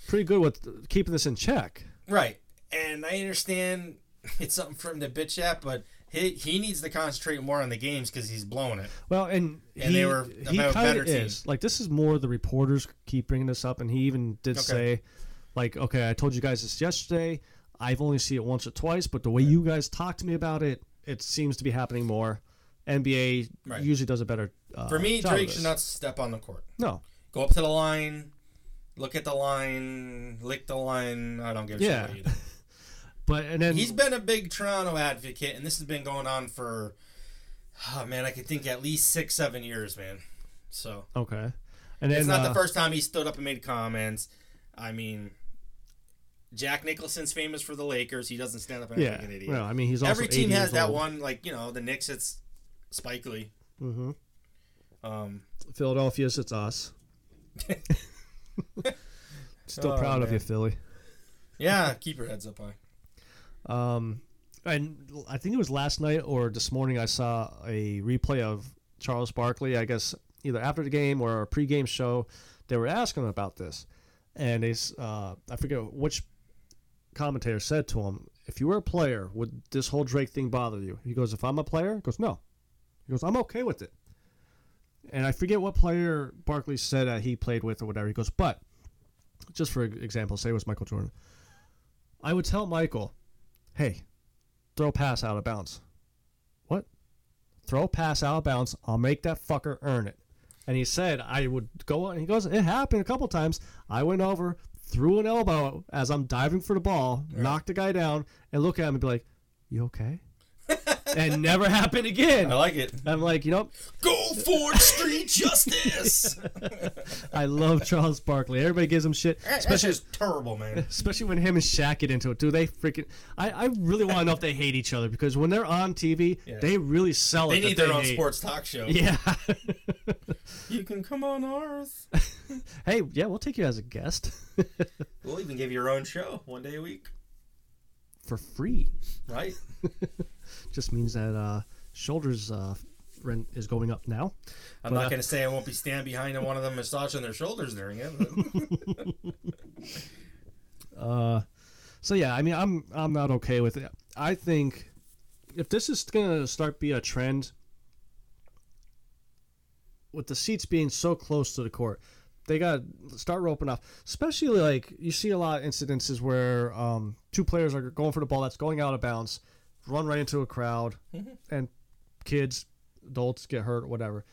Speaker 2: pretty good with keeping this in check.
Speaker 4: Right. And I understand it's something for him to bitch at, but he he needs to concentrate more on the games because he's blowing it.
Speaker 2: Well, and,
Speaker 4: And
Speaker 2: he,
Speaker 4: they were
Speaker 2: he
Speaker 4: about a
Speaker 2: kinda
Speaker 4: better team.
Speaker 2: is like this is more the reporters keep bringing this up, and he even did
Speaker 4: Okay.
Speaker 2: say, like, okay, I told you guys this yesterday. I've only seen it once or twice, but the way you guys talk to me about it, it seems to be happening more. NBA
Speaker 4: Right.
Speaker 2: usually does a better. Uh,
Speaker 4: For me,
Speaker 2: job of
Speaker 4: Drake should
Speaker 2: this.
Speaker 4: not step on the court.
Speaker 2: No,
Speaker 4: Go up to the line, look at the line, lick the line. I don't give a
Speaker 2: Yeah.
Speaker 4: shit about you.
Speaker 2: but and then
Speaker 4: He's been a big Toronto advocate, and this has been going on for, oh man, I could think at least six, seven years, man. So
Speaker 2: okay, and then
Speaker 4: it's not
Speaker 2: uh,
Speaker 4: the first time he stood up and made comments. I mean, Jack Nicholson's famous for the Lakers. He doesn't stand up and act
Speaker 2: Yeah,
Speaker 4: like an idiot.
Speaker 2: well, I mean, he's also
Speaker 4: Every team
Speaker 2: 80
Speaker 4: has
Speaker 2: years
Speaker 4: that
Speaker 2: old.
Speaker 4: one, like you know, the Knicks. It's Spike Lee.
Speaker 2: Mhm.
Speaker 4: Um,
Speaker 2: Philadelphia's it's us. Still
Speaker 4: Oh,
Speaker 2: proud of
Speaker 4: man.
Speaker 2: you, Philly.
Speaker 4: yeah, keep your heads up high.
Speaker 2: Um, and l- I think it was last night or this morning I saw a replay of Charles Barkley. I guess either after the game or a pregame show, they were asking him about this, and they s- uh, I forget which commentator said to him, "If you were a player, would this whole Drake thing bother you?" He goes, "If I'm a player," he goes, "No," he goes, "I'm okay with it." And I forget what player Barkley said that he played with or whatever. He goes, "But just for example, say it was Michael Jordan, I would tell Michael." hey, throw pass out of bounds. What? Throw pass out of bounds. I'll make that fucker earn it. And he said I would go. And he goes, it happened a couple times. I went over, threw an elbow as I'm diving for the ball, knocked the guy down, and look at him and be like, "You okay?" and never happened again.
Speaker 4: I like it.
Speaker 2: I'm like, you know,
Speaker 4: Go for street justice.
Speaker 2: I love Charles Barkley. Everybody gives him shit,
Speaker 4: Especially
Speaker 2: especially
Speaker 4: is terrible, man.
Speaker 2: especially when him and Shaq get into it. Do they freaking? I, I really want to know if they hate each other because when they're on TV, they really sell
Speaker 4: They
Speaker 2: it. that
Speaker 4: need their own
Speaker 2: hate.
Speaker 4: sports talk show.
Speaker 2: Yeah.
Speaker 4: You can come on ours.
Speaker 2: hey, yeah, we'll take you as a guest
Speaker 4: We'll even give you your own show one day a week,
Speaker 2: for free.
Speaker 4: right?
Speaker 2: Just means that uh, shoulders uh, rent is going up now.
Speaker 4: I'm
Speaker 2: But,
Speaker 4: not
Speaker 2: uh,
Speaker 4: going to say I won't be standing behind one of them massaging their shoulders during it. but-
Speaker 2: Uh, So yeah, I mean, I'm I'm not okay with it. I think if this is gonna start be a trend, with the seats being so close to the court, they got to start roping off. Especially like you see a lot of incidences where um, two players are going for the ball that's going out of bounds, run right into a crowd, and kids, adults get hurt, whatever.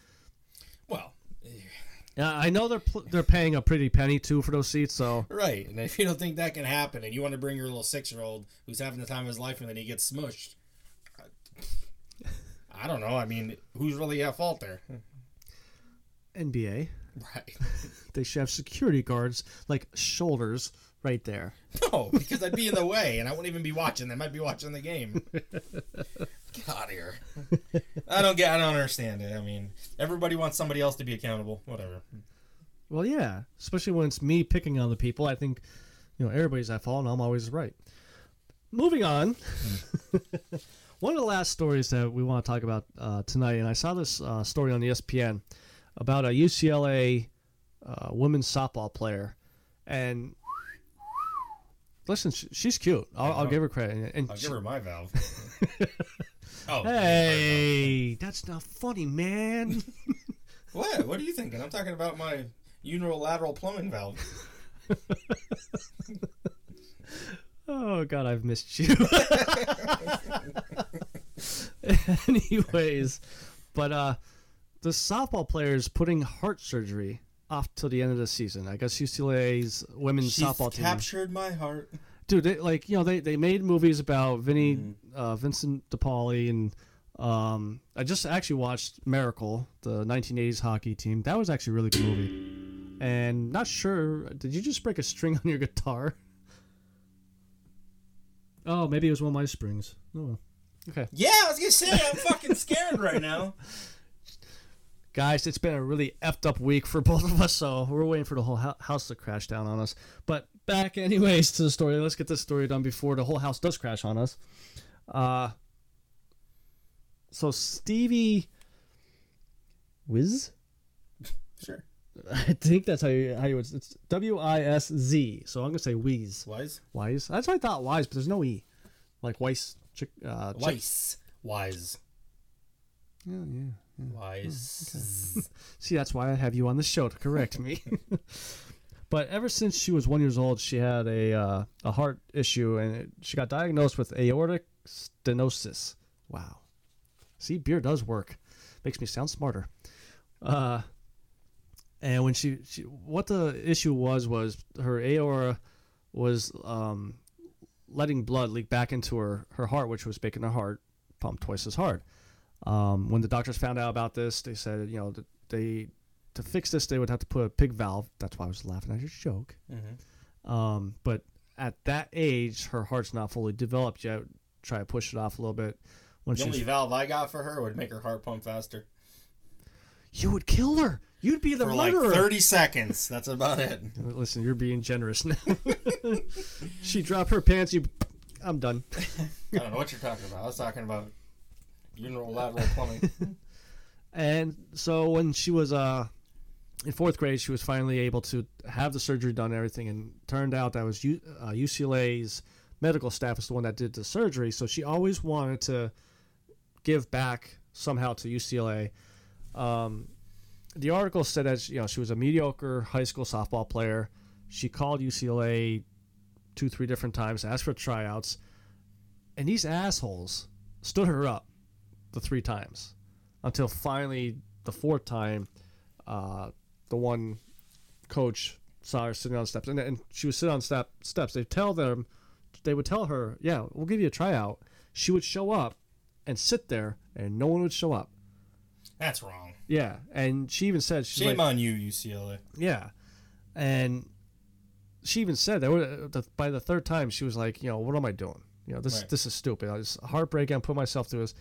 Speaker 4: well,
Speaker 2: Yeah, I know they're pl- they're paying a pretty penny too for those seats, so
Speaker 4: right. And if you don't think that can happen, and you want to bring your little six-year-old who's having the time of his life, and then he gets smushed, I- I don't know. I mean, who's really at fault there?
Speaker 2: Hmm. NBA
Speaker 4: Right.
Speaker 2: they should have security guards like shoulders right there.
Speaker 4: No, because I'd be in the way, and I wouldn't even be watching them. I'd be watching the game. Get out of here. I don't get. I don't understand it. I mean, everybody wants somebody else to be accountable. Whatever.
Speaker 2: Well, yeah, especially when it's me picking on the people. I think, you know, everybody's at fault, and I'm always right. Moving on, one of the last stories that we want to talk about uh, tonight, and I saw this uh, story on ESPN about a UCLA uh, women's softball player, and listen, sh- she's cute. I'll, I'll give her credit. And, and
Speaker 4: I'll
Speaker 2: she-
Speaker 4: give her my valve. oh.
Speaker 2: hey, that's not funny, man.
Speaker 4: What? What are you thinking? I'm talking about my unilateral plumbing valve.
Speaker 2: Oh God, I've missed you. Anyways, but uh, the softball player is putting heart surgery off till the end of the season. I guess UCLA's women's
Speaker 4: She's
Speaker 2: softball team.
Speaker 4: captured my heart.
Speaker 2: dude, they, like you know, they, they made movies about Vinny, uh, Vincent DiPaoli, and um, I just actually watched Miracle, the 1980s hockey team. That was actually a really good movie. And not sure, did you just break a string on your guitar? Oh, maybe it was one of my springs. Oh, okay.
Speaker 4: Yeah, I was gonna say I'm fucking scared right now.
Speaker 2: guys, it's been a really effed up week for both of us, so we're waiting for the whole hou- house to crash down on us. But back, anyways, to the story. Let's get this story done before the whole house does crash on us. Uh, so Stevie Wiz,
Speaker 4: Sure.
Speaker 2: I think that's how you how you would. It's W I S Z. So I'm gonna say Wiz.
Speaker 4: Wise.
Speaker 2: Wise. That's what I thought. Wise, but there's no e, like Weiss. Chick, uh, chick-
Speaker 4: Wise. Wise.
Speaker 2: Yeah, yeah.
Speaker 4: Wise.
Speaker 2: See, that's why I have you on the show to correct me. but ever since she was one years old, she had a uh, a heart issue, and it, she got diagnosed with aortic stenosis. Wow. See, beer does work. Makes me sound smarter. Uh, and when she, she what the issue was was her aorta was um, letting blood leak back into her her heart, which was making her heart pump twice as hard. Um, when the doctors found out about this, they said, you know, that they to fix this, they would have to put a pig valve. That's why I was laughing at your joke. Um, but at that age, her heart's not fully developed yet. Try to push it off a little bit. When
Speaker 4: The
Speaker 2: she's,
Speaker 4: only valve I got for her would make her heart pump faster
Speaker 2: you would kill her. You'd be the
Speaker 4: for like
Speaker 2: murderer.
Speaker 4: 30 seconds. That's about it.
Speaker 2: Listen, you're being generous now. she dropped her pants. You, I'm done.
Speaker 4: I don't know what you're talking about. I was talking about unilateral plumbing.
Speaker 2: And so when she was uh, in fourth grade, she was finally able to have the surgery done and everything. And turned out that was U- uh, UCLA's medical staff was the one that did the surgery. So she always wanted to give back somehow to UCLA. Um, the article said that you know she was a mediocre high school softball player. She called UCLA two, three different times, to ask for tryouts, and these assholes stood her up the three times until finally the fourth time, uh, the one coach saw her sitting on steps, and, and she was sitting on step, steps. They tell them, they would tell her, "Yeah, we'll give you a tryout." She would show up and sit there, and no one would show up.
Speaker 4: That's wrong.
Speaker 2: Yeah, and she even said, she's
Speaker 4: Shame
Speaker 2: like,
Speaker 4: on you, UCLA.
Speaker 2: yeah, and she even said that uh, the- by the third time she was like, you know, what am I doing? You know, this
Speaker 4: Right.
Speaker 2: this is stupid. I was heartbreaking. I put myself through this.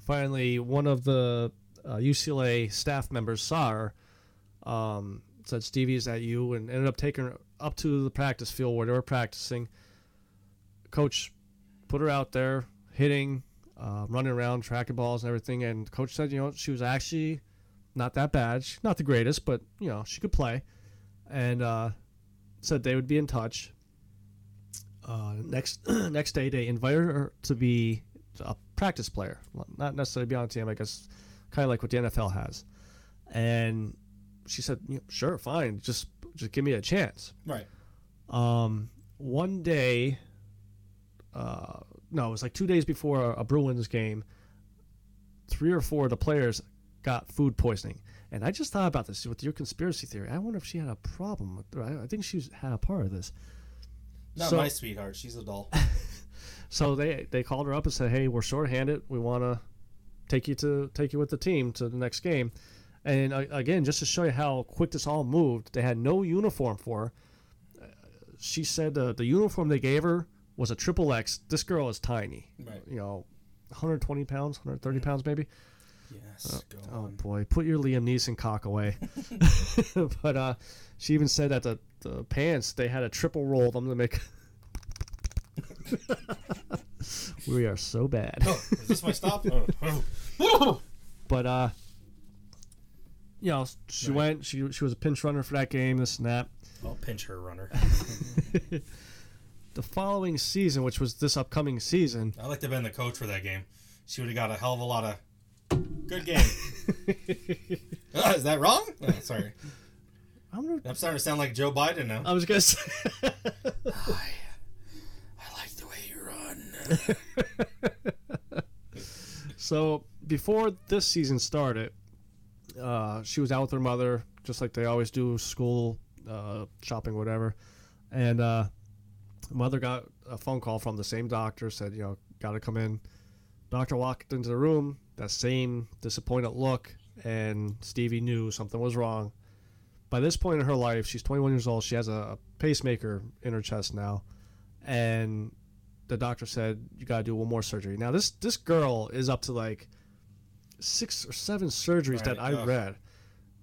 Speaker 2: Finally, one of the uh, UCLA staff members saw her. Um, said, "Stevie, is that you?" And ended up taking her up to the practice field where they were practicing. Coach put her out there hitting, uh, running around, tracking balls and everything. And coach said, you know, she was actually not that bad. She's not the greatest, but you know she could play. And uh, said they would be in touch. Uh, next next day, they invited her to be a practice player, not necessarily be on a team. I guess kind of like what the NFL has. And she said, you know, "Sure, fine. Just just give me a chance."
Speaker 4: Right.
Speaker 2: Um, one day, uh, no, it was like two days before a Bruins game. Three or four of the players got food poisoning, and I just thought about this with your conspiracy theory. I wonder if she had a problem. With, I I think she was- had a part of this.
Speaker 4: Not
Speaker 2: So-
Speaker 4: my sweetheart. She's a doll.
Speaker 2: So they they called her up and said, "Hey, we're shorthanded. We want to take you to take you with the team to the next game." And uh, again, just to show you how quick this all moved, they had no uniform for her. Uh, She said uh, the uniform they gave her was a triple X. This girl is tiny,
Speaker 4: Right.
Speaker 2: you know, 120 pounds, 130 pounds maybe.
Speaker 4: Yes. Go
Speaker 2: Oh
Speaker 4: on.
Speaker 2: boy, put your Liam Neeson cock away. but uh, she even said that the, the pants they had a triple roll of them to make. we are so bad.
Speaker 4: Oh, is this my stop? Oh, oh.
Speaker 2: But uh, you know, she went. She she was a pinch runner for that game. This and that.
Speaker 4: I'll pinch her runner.
Speaker 2: The following season, which was this upcoming season,
Speaker 4: I'd like to have been the coach for that game. She would have got a hell of a lot of good game. Ah, is that wrong? Oh, sorry.
Speaker 2: I'm gonna,
Speaker 4: I'm starting to sound like Joe Biden now.
Speaker 2: I was gonna say.
Speaker 4: I like the way you run.
Speaker 2: So before this season started, uh, she was out with her mother, just like they always do, school, uh, shopping, whatever. And uh, mother got a phone call from the same doctor said, you know, got to come in. Doctor walked into the room, that same disappointed look, and Stevie knew something was wrong. By this point in her life, she's 21 years old. She has a pacemaker in her chest now, and the doctor said you got to do one more surgery. Now this this girl is up to like six or seven surgeries that I
Speaker 4: Right, ugh.
Speaker 2: read,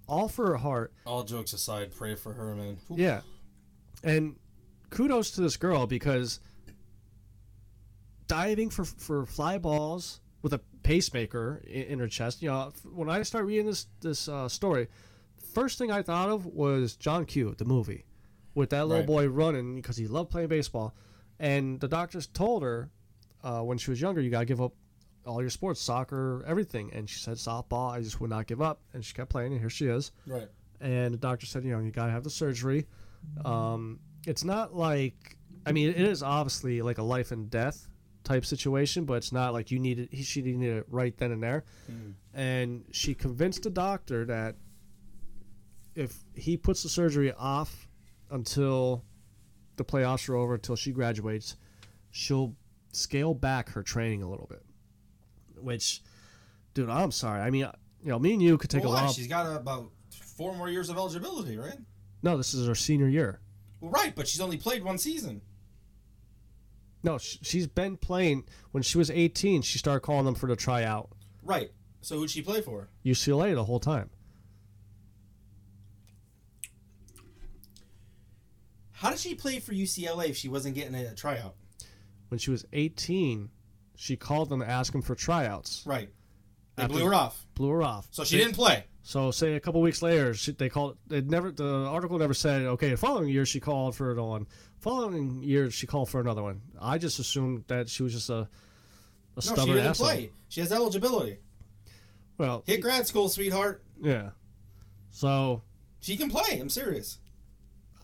Speaker 2: all for her heart.
Speaker 4: All jokes aside, pray for her, man. Whew.
Speaker 2: Yeah. And kudos to this girl because diving for for fly balls with a pacemaker in, in her chest. You know, when I started reading this this uh, story, first thing I thought of was John Q, the movie, with that little
Speaker 4: Right.
Speaker 2: boy running because he loved playing baseball. And the doctors told her uh, when she was younger, you got to give up all your sports, soccer, everything. And she said, softball, I just would not give up. And she kept playing, and here she is
Speaker 4: Right.
Speaker 2: and the doctor said, you know, you gotta have the surgery. Um, it's not like, I mean, it is obviously like a life and death type situation, but it's not like you need it. he- She needed it right then and there,
Speaker 4: Mm.
Speaker 2: and she convinced the doctor that if he puts the surgery off until the playoffs are over, until she graduates, she'll scale back her training a little bit. Which, dude, I'm sorry. I mean, you know, me and you could take
Speaker 4: Well,
Speaker 2: a
Speaker 4: why?
Speaker 2: while.
Speaker 4: She's got about four more years of eligibility, right?
Speaker 2: No, this is her senior year.
Speaker 4: Well, right, but she's only played one season.
Speaker 2: No, sh- she's been playing. When she was 18, she started calling them for the tryout.
Speaker 4: Right. So who'd she play for?
Speaker 2: UCLA the whole time.
Speaker 4: How did she play for UCLA if she wasn't getting a tryout?
Speaker 2: When she was 18, she called them to ask them for tryouts.
Speaker 4: Right. They
Speaker 2: After-
Speaker 4: blew her off,
Speaker 2: Blew her off.
Speaker 4: so she didn't play.
Speaker 2: So say a couple weeks later, she, they called. It never. The article never said. Okay, the following year she called for another one. Following year she called for another one. I just assumed that she was just a, a
Speaker 4: No,
Speaker 2: stubborn
Speaker 4: she didn't
Speaker 2: asshole.
Speaker 4: play. She has eligibility.
Speaker 2: Well,
Speaker 4: Hit grad school, sweetheart.
Speaker 2: yeah. So
Speaker 4: She can play. I'm serious.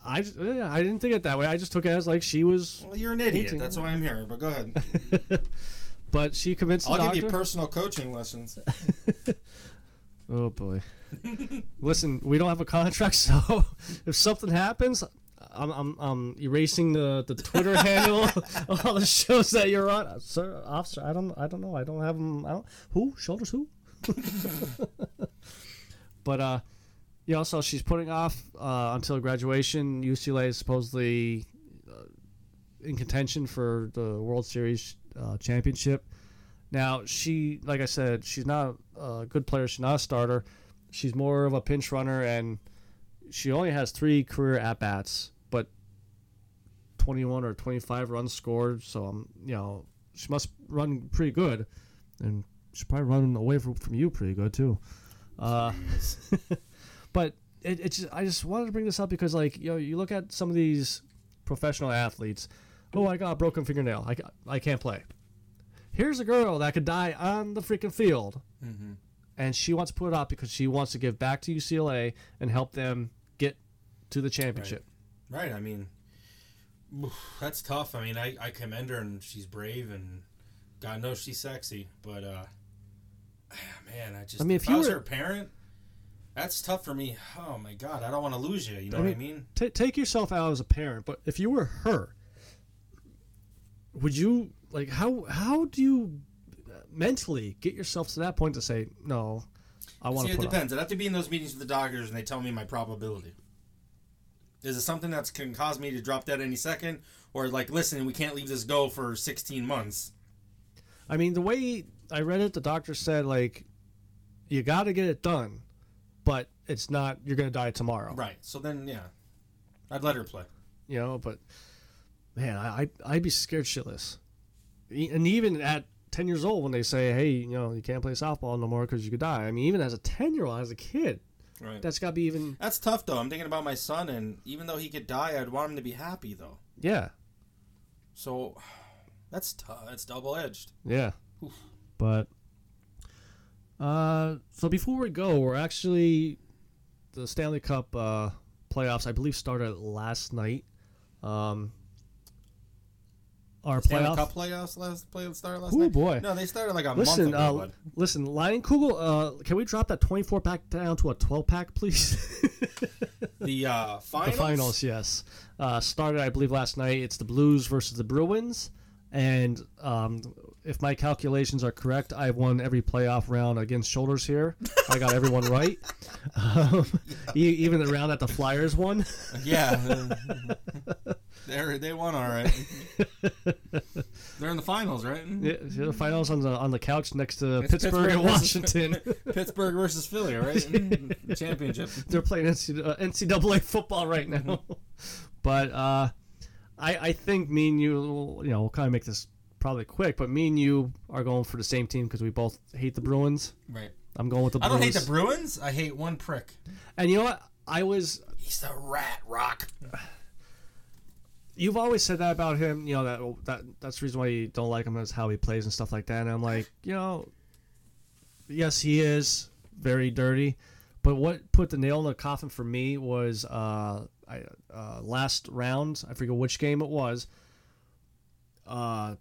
Speaker 2: I j- yeah, I didn't think it that way. I just took it as like she was.
Speaker 4: Well, you're an idiot.
Speaker 2: Eighteen.
Speaker 4: That's why I'm here. But go ahead.
Speaker 2: But she convinced
Speaker 4: I'll
Speaker 2: the doctor.
Speaker 4: give you personal coaching lessons.
Speaker 2: Oh boy. Listen, we don't have a contract, so if something happens, I'm I'm, I'm erasing the, the Twitter handle of all the shows that you're on, Uh, sir, officer. I don't I don't know. I don't have them. I don't, who shoulders who? but uh, yeah. So she's putting off uh, until graduation. UCLA is supposedly uh, in contention for the World Series uh, championship. Now she, like I said, she's not a good player. She's not a starter. She's more of a pinch runner, and she only has three career at bats, but twenty-one or twenty-five runs scored. So um, you know, she must run pretty good, and she's probably running away from, from you pretty good too. Uh, but it, it's just, I just wanted to bring this up because like you know, you look at some of these professional athletes. Oh, I got a broken fingernail. I, ca- I can't play here's a girl that could die on the freaking field
Speaker 4: Mm-hmm.
Speaker 2: and she wants to put it out because she wants to give back to ucla and help them get to the championship
Speaker 4: Right. I mean, oof, that's tough. I mean, I, I commend her and she's brave and God knows she's sexy. But, uh, ah, man, I just,
Speaker 2: I mean,
Speaker 4: if,
Speaker 2: if
Speaker 4: I
Speaker 2: you
Speaker 4: was
Speaker 2: were-
Speaker 4: her parent, that's tough for me. Oh, my God. I don't want to lose you. You know what I mean?
Speaker 2: Ta take yourself out as a parent but if you were her would you like how how do you mentally get yourself to that point to say no i want
Speaker 4: See,
Speaker 2: to
Speaker 4: it
Speaker 2: put it out.
Speaker 4: depends. I'd have to be in those meetings with the doctors and they tell me my probability. Is it something that can cause me to drop dead any second? Or, like, listen, we can't leave this go for 16 months.
Speaker 2: i mean the way i read it the doctor said like you got to get it done but it's not you're gonna die tomorrow
Speaker 4: Right. So then, yeah, I'd let her play.
Speaker 2: you know. But man, I I'd, I'd be scared shitless. E- And even at ten years old, when they say, "Hey, you know, you can't play softball no more because you could die," I mean, even as a ten year old, as a kid,
Speaker 4: Right.
Speaker 2: that's got to be even
Speaker 4: That's tough though. I'm thinking about my son, and even though he could die, I'd want him to be happy though.
Speaker 2: yeah,
Speaker 4: So that's tough. That's double edged.
Speaker 2: yeah. But uh, so before we go, we're actually the Stanley Cup uh, playoffs. I believe started last night. Um, our
Speaker 4: Stanley
Speaker 2: playoff
Speaker 4: Cup playoffs last play started last
Speaker 2: Ooh,
Speaker 4: night.
Speaker 2: boy.
Speaker 4: No, they started like a
Speaker 2: Listen,
Speaker 4: month ago.
Speaker 2: uh,
Speaker 4: bud.
Speaker 2: listen, Lion Kugel, uh, can we drop that 24 pack down to a 12 pack, please?
Speaker 4: the uh,
Speaker 2: The
Speaker 4: finals.
Speaker 2: finals, yes, uh, started I believe last night. It's the Blues versus the Bruins, and um, if my calculations are correct, I've won every playoff round against shoulders here. I got everyone right, um, e- even the round that the Flyers won.
Speaker 4: Yeah, they they won all right. They're in the finals, right?
Speaker 2: Yeah, The finals on the on the couch next to
Speaker 4: It's
Speaker 2: Pittsburgh, and
Speaker 4: Pittsburgh versus-
Speaker 2: Washington.
Speaker 4: Pittsburgh versus Philly, right? Championship.
Speaker 2: They're playing NC uh, NCAA football right now.
Speaker 4: Mm-hmm.
Speaker 2: but uh, I I think me and you will, you know we'll kind of make this probably quick, but me and you are going for the same team because we both hate the Bruins.
Speaker 4: Right.
Speaker 2: I'm going with the
Speaker 4: I
Speaker 2: Bruins.
Speaker 4: don't hate the Bruins. I hate one prick.
Speaker 2: And you know what? I was
Speaker 3: He's the rat rock.
Speaker 2: you've always said that about him. You know that that that's the reason why you don't like him is how he plays and stuff like that. And I'm like, you know, yes, he is very dirty, but what put the nail in the coffin for me was uh, I, uh, last round. I forget which game it was. Uh,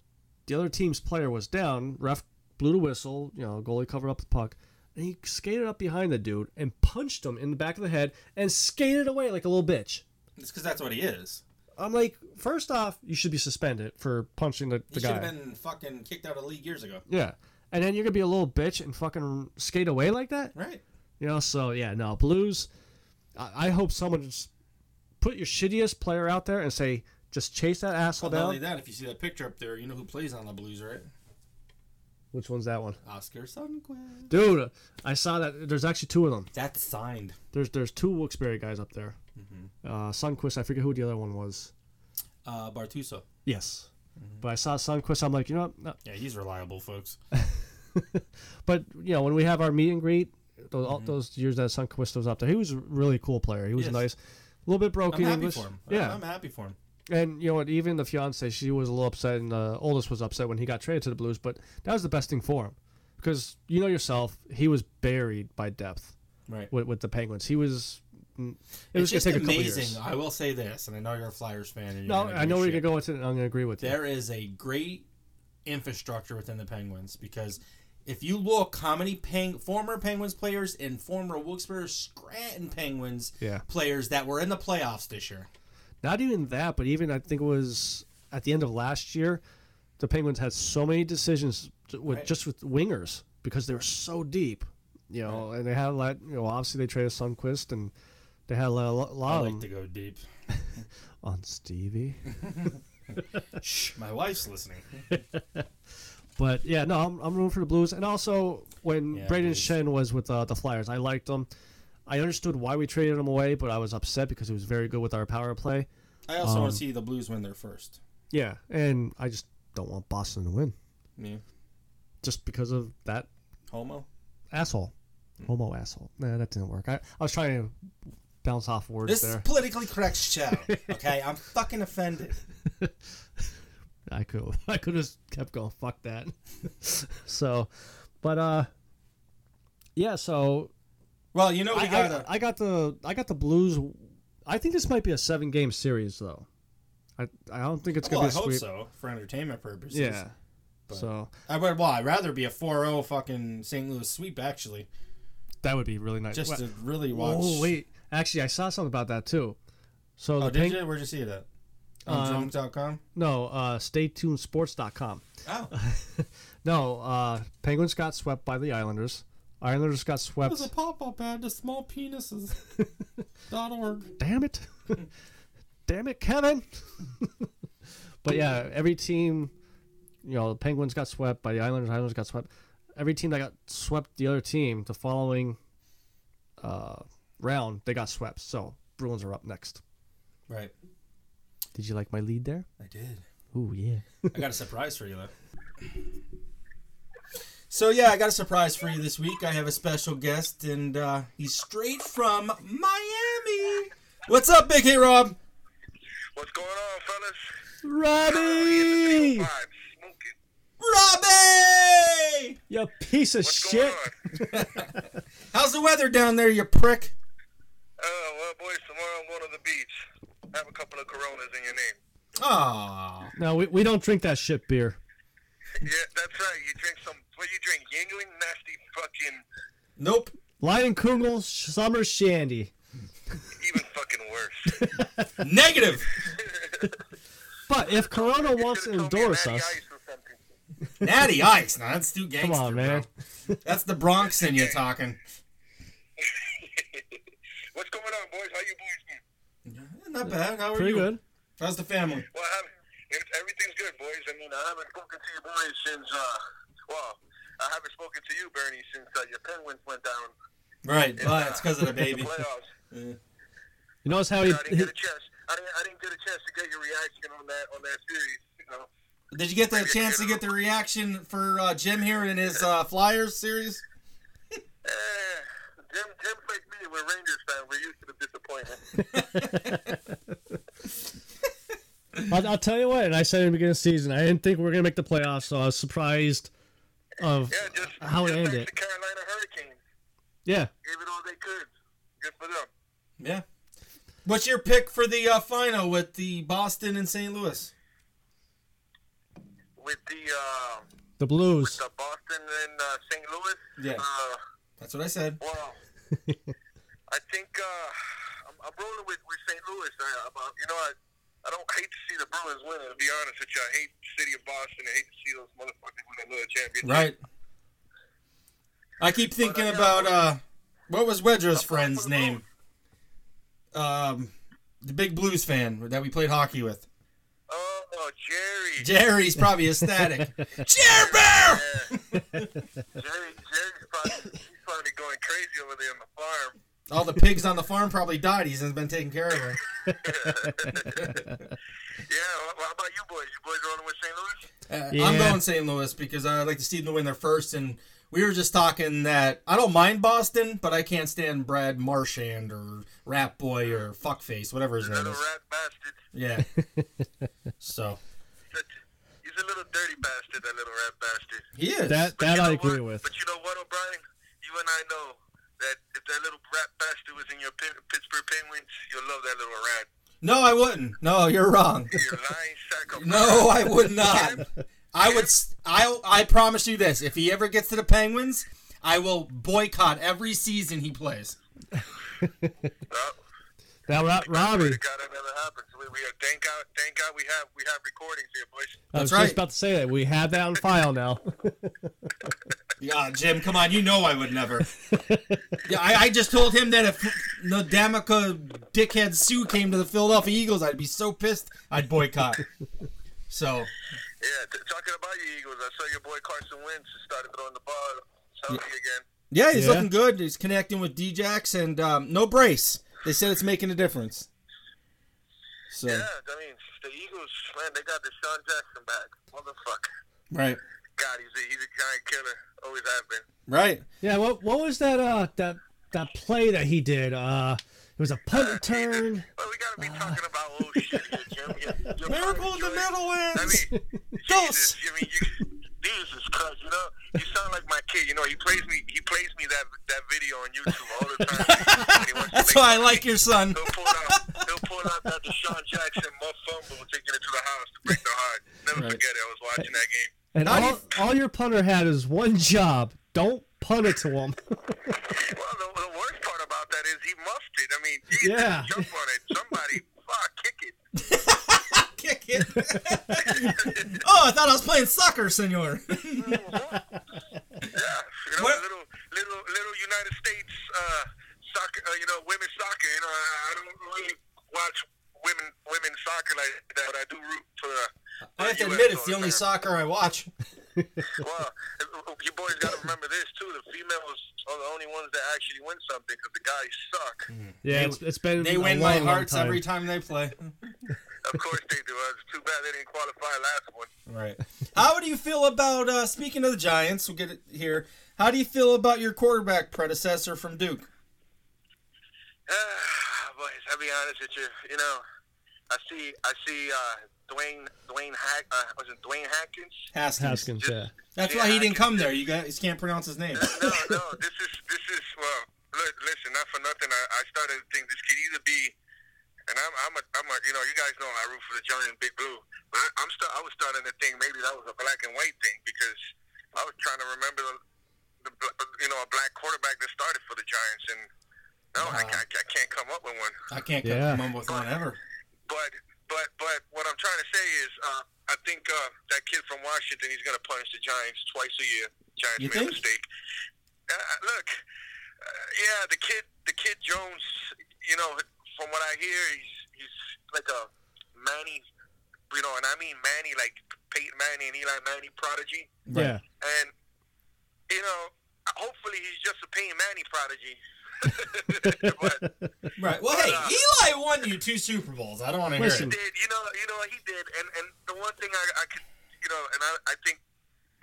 Speaker 2: the other team's player was down. Ref blew the whistle. You know, goalie covered up the puck. And he skated up behind the dude and punched him in the back of the head and skated away like a little bitch.
Speaker 4: It's because that's what he is.
Speaker 2: I'm like, first off, you should be suspended for punching the,
Speaker 4: He
Speaker 2: the
Speaker 4: should
Speaker 2: guy.
Speaker 4: have been fucking kicked out of the league years ago.
Speaker 2: yeah. And then you're gonna be a little bitch and fucking skate away like that,
Speaker 4: Right.
Speaker 2: you know? So yeah, no Blues. I, I hope someone just put your shittiest player out there and say, just chase that asshole
Speaker 4: Well, not only
Speaker 2: down.
Speaker 4: that, if you see that picture up there, you know who plays on the Blues, right?
Speaker 2: Which one's that one,
Speaker 4: Oscar Sundquist.
Speaker 2: dude? I saw that. There's actually two of them.
Speaker 4: That's signed.
Speaker 2: There's there's two Wilkes-Barre guys up there.
Speaker 4: Mm-hmm.
Speaker 2: Uh, Sunquist. I forget who the other one was.
Speaker 4: Uh, Bartuso.
Speaker 2: Yes.
Speaker 4: Mm-hmm.
Speaker 2: But I saw Sunquist. I'm like, you know, what? No,
Speaker 4: Yeah, he's reliable, folks.
Speaker 2: But you know, when we have our meet and greet, those, all those years that Sunquist was up there, he was a really cool player. He was
Speaker 4: Mm-hmm. Yes.
Speaker 2: nice, a little bit
Speaker 4: I'm
Speaker 2: broken
Speaker 4: happy
Speaker 2: English.
Speaker 4: for him.
Speaker 2: Yeah,
Speaker 4: I'm happy for him.
Speaker 2: and you know what? Even the fiance, she was a little upset, and the oldest was upset when he got traded to the Blues. But that was the best thing for him because you know yourself, he was buried by depth
Speaker 4: Right.
Speaker 2: with, with the Penguins. He was. mm, It
Speaker 4: It's
Speaker 2: was
Speaker 4: just
Speaker 2: gonna take a couple
Speaker 4: amazing.
Speaker 2: years.
Speaker 4: I will say this, and I know you're a Flyers fan. And you're
Speaker 2: No,
Speaker 4: gonna
Speaker 2: I
Speaker 4: give
Speaker 2: know where
Speaker 4: a
Speaker 2: you're
Speaker 4: shit.
Speaker 2: gonna go with it. and I'm gonna agree with you.
Speaker 4: There is a great infrastructure within the Penguins because if you look how many Peng- former Penguins players and former Wilkes-Barre Scranton Penguins
Speaker 2: Yeah.
Speaker 4: players that were in the playoffs this year.
Speaker 2: not even that, but even I think it was at the end of last year, the Penguins had so many decisions t- with just with wingers because they were so deep, you know, and they had a lot. You know, obviously they traded Sunquist and they had a lot, a
Speaker 4: I
Speaker 2: lot of
Speaker 4: like
Speaker 2: them
Speaker 4: to go deep.
Speaker 2: on Stevie.
Speaker 4: Shh, my wife's listening.
Speaker 2: But yeah, no, I'm, I'm rooting for the Blues. And also, when
Speaker 4: Yeah,
Speaker 2: Braden
Speaker 4: Blues.
Speaker 2: Shen was with uh, the Flyers, I liked him. I understood why we traded him away, but I was upset because he was very good with our power play.
Speaker 4: I also
Speaker 2: Um,
Speaker 4: want to see the Blues win their first.
Speaker 2: Yeah, and I just don't want Boston to win
Speaker 4: Me,
Speaker 2: just because of that
Speaker 4: homo.
Speaker 2: asshole. Homo asshole. Nah, that didn't work. I, I was trying to bounce off words
Speaker 4: This is
Speaker 2: there.
Speaker 4: politically correct show. Okay, I'm fucking offended.
Speaker 2: I could I could have kept going. Fuck that. so, but uh, yeah. So
Speaker 4: Well, you know we
Speaker 2: I,
Speaker 4: gotta.
Speaker 2: I, I got the I got the Blues. I think this might be a seven game series though. I I don't think it's
Speaker 4: well,
Speaker 2: gonna
Speaker 4: Oh, I
Speaker 2: be a
Speaker 4: hope
Speaker 2: sweep.
Speaker 4: so for entertainment purposes.
Speaker 2: Yeah. So
Speaker 4: I would. Well, I'd rather be a 4-0 fucking St. Louis sweep actually,
Speaker 2: that would be really nice.
Speaker 4: just
Speaker 2: Wa-
Speaker 4: to really watch.
Speaker 2: oh wait, actually, I saw something about that too. So
Speaker 4: Oh,
Speaker 2: the
Speaker 4: did
Speaker 2: Peng-
Speaker 4: you? Where'd you see that? On
Speaker 2: Um,
Speaker 4: drunk.com?
Speaker 2: no, uh, staytunesports.com.
Speaker 4: Oh.
Speaker 2: No, uh, Penguins got swept by the Islanders. Islanders got swept.
Speaker 4: There's a pop up ad to smallpenises.org.
Speaker 2: Damn it! Damn it, Kevin! but yeah, every team, you know, the Penguins got swept by the Islanders. Islanders got swept. Every team that got swept the other team, the following uh, round, they got swept. So Bruins are up next.
Speaker 4: Right.
Speaker 2: Did you like my lead there?
Speaker 4: I did.
Speaker 2: Ooh yeah.
Speaker 4: I got a surprise for you, though. So, yeah, I got a surprise for you this week. I have a special guest, and uh, he's straight from Miami. What's up, Big Hit Rob?
Speaker 5: What's going on, fellas?
Speaker 2: Robbie,
Speaker 5: Fine, smoking.
Speaker 4: Robbie!
Speaker 2: you piece of
Speaker 5: What's
Speaker 2: shit!
Speaker 5: going on?
Speaker 4: How's the weather down there, you prick?
Speaker 5: Uh, well, boys, tomorrow I'm going to the beach. Have a couple of Coronas in your name.
Speaker 4: Aw.
Speaker 2: No, we, we don't drink that shit beer.
Speaker 5: Yeah, that's right. You drink some. What you drink? Yingling, nasty fucking,
Speaker 4: Nope.
Speaker 2: Lion Kugel Summer Shandy.
Speaker 5: even fucking
Speaker 4: Negative.
Speaker 2: But if Corona wants to
Speaker 5: Should've told me
Speaker 2: endorse
Speaker 5: a
Speaker 2: us,
Speaker 5: natty ice or something.
Speaker 4: Natty Ice. Now that's too gangster.
Speaker 2: come on, man.
Speaker 4: bro. That's the Bronx in you talking.
Speaker 5: What's going on, boys? How you boys doing?
Speaker 4: Eh, Not bad. How are
Speaker 2: Pretty
Speaker 4: you?
Speaker 2: good.
Speaker 4: How's the family?
Speaker 5: Well, I haven't, it, everything's good, boys. I mean, I haven't spoken to you boys since, uh, well, I haven't spoken to you, Bernie, since uh, your Penguins went down.
Speaker 4: Right.
Speaker 5: in,
Speaker 4: Well,
Speaker 5: uh,
Speaker 4: it's because of the
Speaker 5: in
Speaker 4: baby.
Speaker 5: playoffs.
Speaker 2: You notice how he,
Speaker 5: I didn't get a chance. I didn't, I didn't get a chance to get your reaction on that on that series. You know,
Speaker 4: Did you get the chance to get the reaction for uh, Jim here in his uh, Flyers series?
Speaker 5: eh, Jim, Jim, like me, we're Rangers fans. We're used to the disappointment.
Speaker 2: I'll, I'll tell you what, and I said in the beginning of the season, I didn't think we were going to make the playoffs, so I was surprised of
Speaker 5: Yeah, just
Speaker 2: How it
Speaker 5: just
Speaker 2: ended.
Speaker 5: thanks to Carolina Hurricanes
Speaker 2: yeah.
Speaker 5: gave it all they could. Good for them.
Speaker 4: Yeah. What's your pick for the uh, final with the Boston and St. Louis?
Speaker 5: With the uh,
Speaker 2: the Blues.
Speaker 5: the Boston and uh, St. Louis.
Speaker 4: Yeah.
Speaker 5: Uh,
Speaker 4: That's what I said.
Speaker 5: well, I think uh, I'm, I'm rolling with, with St. Louis. I, I'm, uh, you know, I, I don't hate to see the Bruins win. To be honest with you, I hate the city of Boston. I hate to see those motherfuckers win another championship.
Speaker 4: Right. I keep thinking about uh, what was Wedra's
Speaker 5: Oh,
Speaker 4: friend's name? Um, the big Blues fan that we played hockey with.
Speaker 5: Oh, Jerry.
Speaker 4: Jerry's probably ecstatic. Jer Bear!
Speaker 5: Jerry, Jerry's probably, he's probably going crazy over there on the farm.
Speaker 4: All the pigs on the farm probably died. He's been taking care of her.
Speaker 5: Yeah, wh- how about you boys? You boys rolling with St. Louis?
Speaker 4: Uh, I'm
Speaker 2: Yeah.
Speaker 4: going St. Louis because I like to see them win their first. And we were just talking that I don't mind Boston, but I can't stand Brad Marchand or Rat Boy or Fuckface, whatever his name
Speaker 5: Little
Speaker 4: is.
Speaker 5: rat bastard.
Speaker 4: Yeah. so
Speaker 5: Such, he's a little dirty bastard, that little rat bastard.
Speaker 4: he is.
Speaker 2: That
Speaker 5: But
Speaker 2: that
Speaker 5: you
Speaker 2: I
Speaker 5: know
Speaker 2: agree
Speaker 5: what?
Speaker 2: with.
Speaker 5: But you know what, O'Brien? You and I know that if that little rat bastard was in your Pin- Pittsburgh Penguins, you'll love that little rat.
Speaker 4: no, I wouldn't. No, you're wrong.
Speaker 5: You're a lying sack of
Speaker 4: No, I would not. I would. s- I I promise you this: if he ever gets to the Penguins, I will boycott every season he plays.
Speaker 5: Well,
Speaker 2: Now, Ro- Robbie,
Speaker 5: pray to Oh, God that never happens. We, we are, thank God, thank God we have we have recordings here, boys.
Speaker 2: I was
Speaker 4: That's right.
Speaker 2: just about to say that we have that on file now.
Speaker 4: Yeah, Jim, come on, you know I would never. yeah, I, I just told him that if Nodamica dickhead Sue came to the Philadelphia Eagles, I'd be so pissed I'd boycott. So
Speaker 5: Yeah, t- talking about your Eagles, I saw your boy Carson Wentz started throwing the ball. It's Healthy again.
Speaker 4: yeah, he's
Speaker 2: Yeah.
Speaker 4: looking good. He's connecting with Djax and um, no brace. They said it's making a difference. So
Speaker 5: Yeah, I mean the Eagles, man, they got Deshaun Jackson back. Motherfucker,
Speaker 4: right,
Speaker 5: God, he's a, he's a giant killer. Always have been.
Speaker 4: right.
Speaker 2: yeah, what what was that uh that that play that he did? Uh it was a punt return.
Speaker 5: Well, we gotta be talking about old shit here, Jim. You're, you're
Speaker 4: Miracle in the
Speaker 5: enjoying- I
Speaker 4: Meadowlands.
Speaker 5: mean, Jesus, I mean, you, Jesus Christ, you know, you sound like my kid. You know, he plays me, he plays me that that video on YouTube all the time. When he wants to
Speaker 4: That's
Speaker 5: make-
Speaker 4: why I like your son.
Speaker 5: He'll pull out, he'll pull out that Deshaun Jackson muff fumble, taking it to the house to break the heart. Never
Speaker 4: Right.
Speaker 5: forget it. I was watching that game.
Speaker 2: And
Speaker 4: Not
Speaker 2: all, all your punter had is one job. Don't punt it to him.
Speaker 5: Well, the, the worst part about that is he muffed it. I mean, Jesus,
Speaker 2: Yeah.
Speaker 5: jump on it. Somebody, fuck, kick it.
Speaker 4: Kick it. oh, I thought I was playing soccer, senor.
Speaker 5: Yeah, you know,
Speaker 4: What-
Speaker 5: little, little, little United States uh, soccer. Uh, you know, women's soccer. You know, I, I don't really watch women women's soccer like that, but I do root for. uh, the
Speaker 4: I have to
Speaker 5: US
Speaker 4: admit, it's the
Speaker 5: all
Speaker 4: only
Speaker 5: time.
Speaker 4: soccer I watch.
Speaker 5: Well, you boys got to remember this too. The females are the only ones that actually win something because the guys suck.
Speaker 2: Yeah, it's, it's been
Speaker 4: They
Speaker 2: a
Speaker 4: win
Speaker 2: long,
Speaker 4: my
Speaker 2: long
Speaker 4: hearts
Speaker 2: time.
Speaker 4: every time they play.
Speaker 5: Of course they do. Uh, It's too bad they didn't qualify last one.
Speaker 4: Right. How do you feel about uh, speaking of the Giants? We'll get it here. How do you feel about your quarterback predecessor from Duke?
Speaker 5: Ah, boys, I'll be honest with you. You know, I see, I see uh, Dwayne, Dwayne Hack, uh, was it Dwayne Hackins?
Speaker 4: Haskins.
Speaker 2: Haskins, yeah.
Speaker 4: That's why he didn't come there. You guys can't pronounce his name.
Speaker 5: no, no. This is this is well. Look, listen, not for nothing. I, I started to think this could either be, and I'm I'm a I'm a you know you guys know I root for the Giant Big Blue, but I, I'm sta- I was starting to think maybe that was a black and white thing because I was trying to remember the, the bl- you know a black quarterback that started for the Giants and No, I, ca- I can't come up with one.
Speaker 4: I can't
Speaker 2: Yeah.
Speaker 4: come up with one ever.
Speaker 5: But but but what I'm trying to say is, uh, I think uh, that kid from Washington, he's going to punish the Giants twice a year. Giants
Speaker 4: You
Speaker 5: made
Speaker 4: think?
Speaker 5: a mistake. Uh, uh, look, uh, yeah, the kid, the kid Jones. You know, from what I hear, he's he's like a Manny. You know, and I mean Manny, like Peyton Manny and Eli Manny prodigy.
Speaker 2: Yeah.
Speaker 5: And you know, hopefully he's just a Peyton Manny prodigy. but
Speaker 4: Right. Well, hey, Eli won you two Super Bowls. I don't want to hear
Speaker 2: Listen.
Speaker 4: it.
Speaker 5: did. You know, you know what he did, and and the one thing I, I could, you know, and I, I think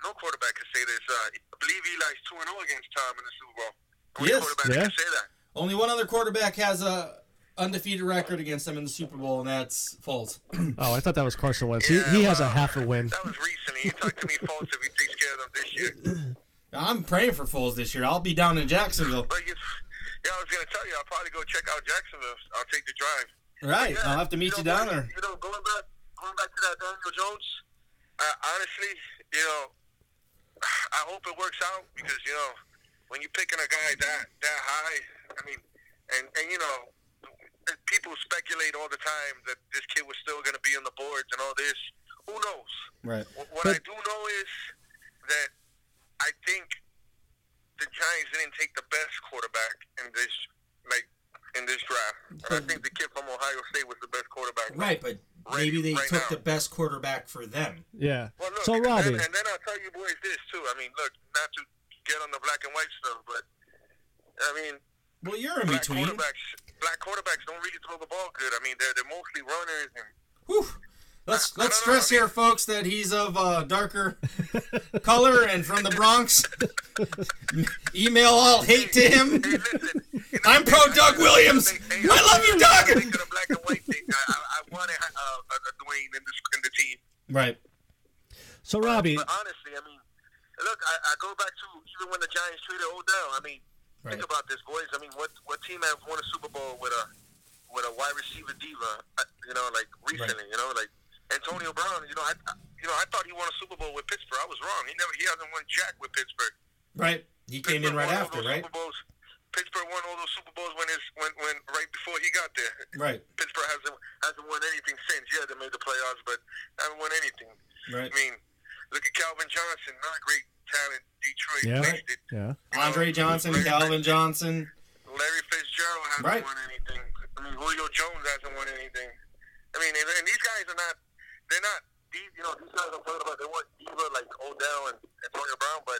Speaker 5: no quarterback could say this. Uh, I believe Eli's two and zero against Tom in the Super Bowl. Only
Speaker 4: Yes.
Speaker 5: quarterback
Speaker 2: Yeah.
Speaker 5: that can say that.
Speaker 4: Only one other quarterback has a undefeated record against them in the Super Bowl, and that's Foles.
Speaker 2: Oh, I thought that was Carson Wentz.
Speaker 5: Yeah,
Speaker 2: he, he has a
Speaker 5: well,
Speaker 2: half a win.
Speaker 5: That was recently. You talk to me false if you takes care of them this year.
Speaker 4: I'm praying for Foles this year. I'll be down in Jacksonville.
Speaker 5: But you, yeah, I was gonna tell you, I'll probably go check out Jacksonville. I'll take the drive.
Speaker 4: Right.
Speaker 5: Yeah,
Speaker 4: I'll have to meet you
Speaker 5: know,
Speaker 4: down
Speaker 5: going-
Speaker 4: there.
Speaker 5: You know, going back, going back to that Daniel Jones. I, honestly, you know, I hope it works out because you know, when you're picking a guy that that high, I mean, and and you know, people speculate all the time that this kid was still going to be on the boards and all this. Who knows?
Speaker 4: Right.
Speaker 5: Wh- What
Speaker 2: But-
Speaker 5: I do know is that I think the Giants didn't take the best quarterback in this like in this draft. And I think the kid from Ohio State was the best quarterback.
Speaker 4: Right, but
Speaker 5: Right-
Speaker 4: maybe they
Speaker 5: right
Speaker 4: took
Speaker 5: now.
Speaker 4: the best quarterback for them.
Speaker 2: Yeah.
Speaker 5: Well, look,
Speaker 2: So,
Speaker 5: and then-
Speaker 2: Robbie,
Speaker 5: and, then I'll tell you boys this too. I mean, look, not to get on the black and white stuff, but I mean,
Speaker 4: Well, you're in
Speaker 5: black
Speaker 4: between.
Speaker 5: quarterbacks, black quarterbacks don't really throw the ball good. I mean, they're they're mostly runners and
Speaker 4: Whew. Let's
Speaker 5: I- I
Speaker 4: let's
Speaker 5: don't know,
Speaker 4: stress
Speaker 5: I mean-
Speaker 4: here, folks, that he's of uh, darker color and from the Bronx. Email all hate to him.
Speaker 5: Hey, listen, you know,
Speaker 4: I'm pro
Speaker 5: I-
Speaker 4: Doug
Speaker 5: I-
Speaker 4: Williams.
Speaker 5: Hey,
Speaker 4: I love you, Doug.
Speaker 5: I think of the black and white thing. I, I, I wanted uh, uh, Dwayne in the, in the team.
Speaker 4: Right.
Speaker 2: so Robbie,
Speaker 5: But honestly, I mean, look, I, I go back to even when the Giants traded Odell. I mean,
Speaker 4: Right.
Speaker 5: think about this, boys. I mean, what what team has won a Super Bowl with a with a wide receiver diva? uh, You know, like recently. You know, like Antonio Brown. You know, I I- you know I thought he won a Super Bowl with Pittsburgh. I was wrong. He never he hasn't won jack with Pittsburgh.
Speaker 4: Right. He came in
Speaker 5: Pittsburgh
Speaker 4: right
Speaker 5: won all
Speaker 4: after,
Speaker 5: those
Speaker 4: right?
Speaker 5: Super Bowls. Pittsburgh won all those Super Bowls when his when when right before he got there.
Speaker 4: Right.
Speaker 5: Pittsburgh hasn't hasn't won anything since. Yeah, they made the playoffs, but haven't won anything.
Speaker 4: Right.
Speaker 5: I mean, look at Calvin Johnson, not great talent. Detroit
Speaker 2: Yeah.
Speaker 5: wasted.
Speaker 2: yeah.
Speaker 4: Andre Johnson, Calvin Johnson.
Speaker 5: Larry Fitzgerald hasn't
Speaker 4: Right.
Speaker 5: won anything. I mean, Julio Jones hasn't won anything. I mean, and, and these guys are not. They're not. These, you know, these guys I'm talking about. They want diva like Odell and Antonio Brown, but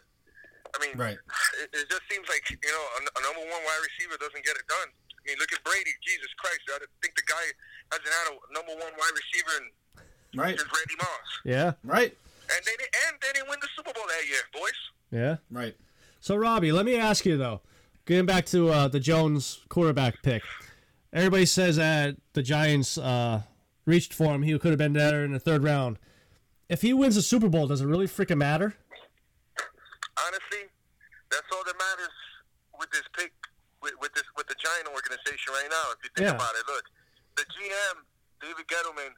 Speaker 5: I mean,
Speaker 4: Right.
Speaker 5: it, it just seems like you know a, n- a number one wide receiver doesn't get it done. I mean, look at Brady. Jesus Christ, I don't think the guy hasn't had a number one wide receiver in-
Speaker 4: Right.
Speaker 5: since Randy Moss,
Speaker 2: Yeah.
Speaker 4: Right.
Speaker 5: and they didn't- and they didn't win the Super Bowl that year, boys.
Speaker 2: Yeah.
Speaker 4: Right.
Speaker 2: So, Robbie, let me ask you though, getting back to uh, the Jones quarterback pick, everybody says that the Giants uh, reached for him. He could have been better in the third round. If he wins the Super Bowl, does it really freaking matter?
Speaker 5: honestly, that's all that matters with this pick with, with this with the giant organization right now. If you think
Speaker 2: Yeah.
Speaker 5: about it, look, the GM David Gettleman.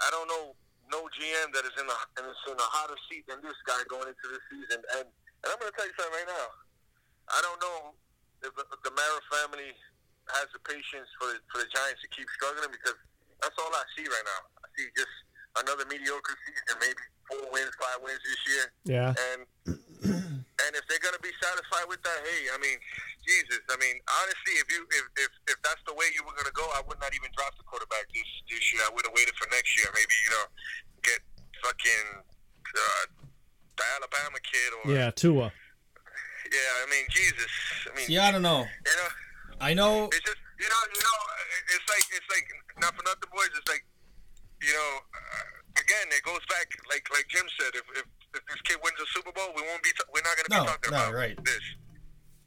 Speaker 5: I don't know no GM that is in a and is in a hotter seat than this guy going into this season. And and I'm going to tell you something right now. I don't know if the, if the Mara family has the patience for for the Giants to keep struggling because that's all I see right now. I see just another mediocre season, maybe four wins, five wins this year
Speaker 2: Yeah.
Speaker 5: and and if they're gonna be satisfied with that, hey, I mean, Jesus, I mean, honestly, if you if if, if that's the way you were gonna go, I would not even drop the quarterback this this year. I would have waited for next year, maybe you know, get fucking uh, the Alabama kid or
Speaker 2: Yeah. Tua.
Speaker 5: yeah, I mean, Jesus, I mean,
Speaker 4: Yeah, I don't know.
Speaker 5: you know,
Speaker 4: I know.
Speaker 5: it's just you know you know it- it's like it's like not for nothing, boys. It's like you know uh, again, it goes back like like Jim said, if. if if this kid wins the Super Bowl, we won't be. T- we're not going to
Speaker 4: No,
Speaker 5: be talking
Speaker 4: no,
Speaker 5: about
Speaker 4: right.
Speaker 5: this.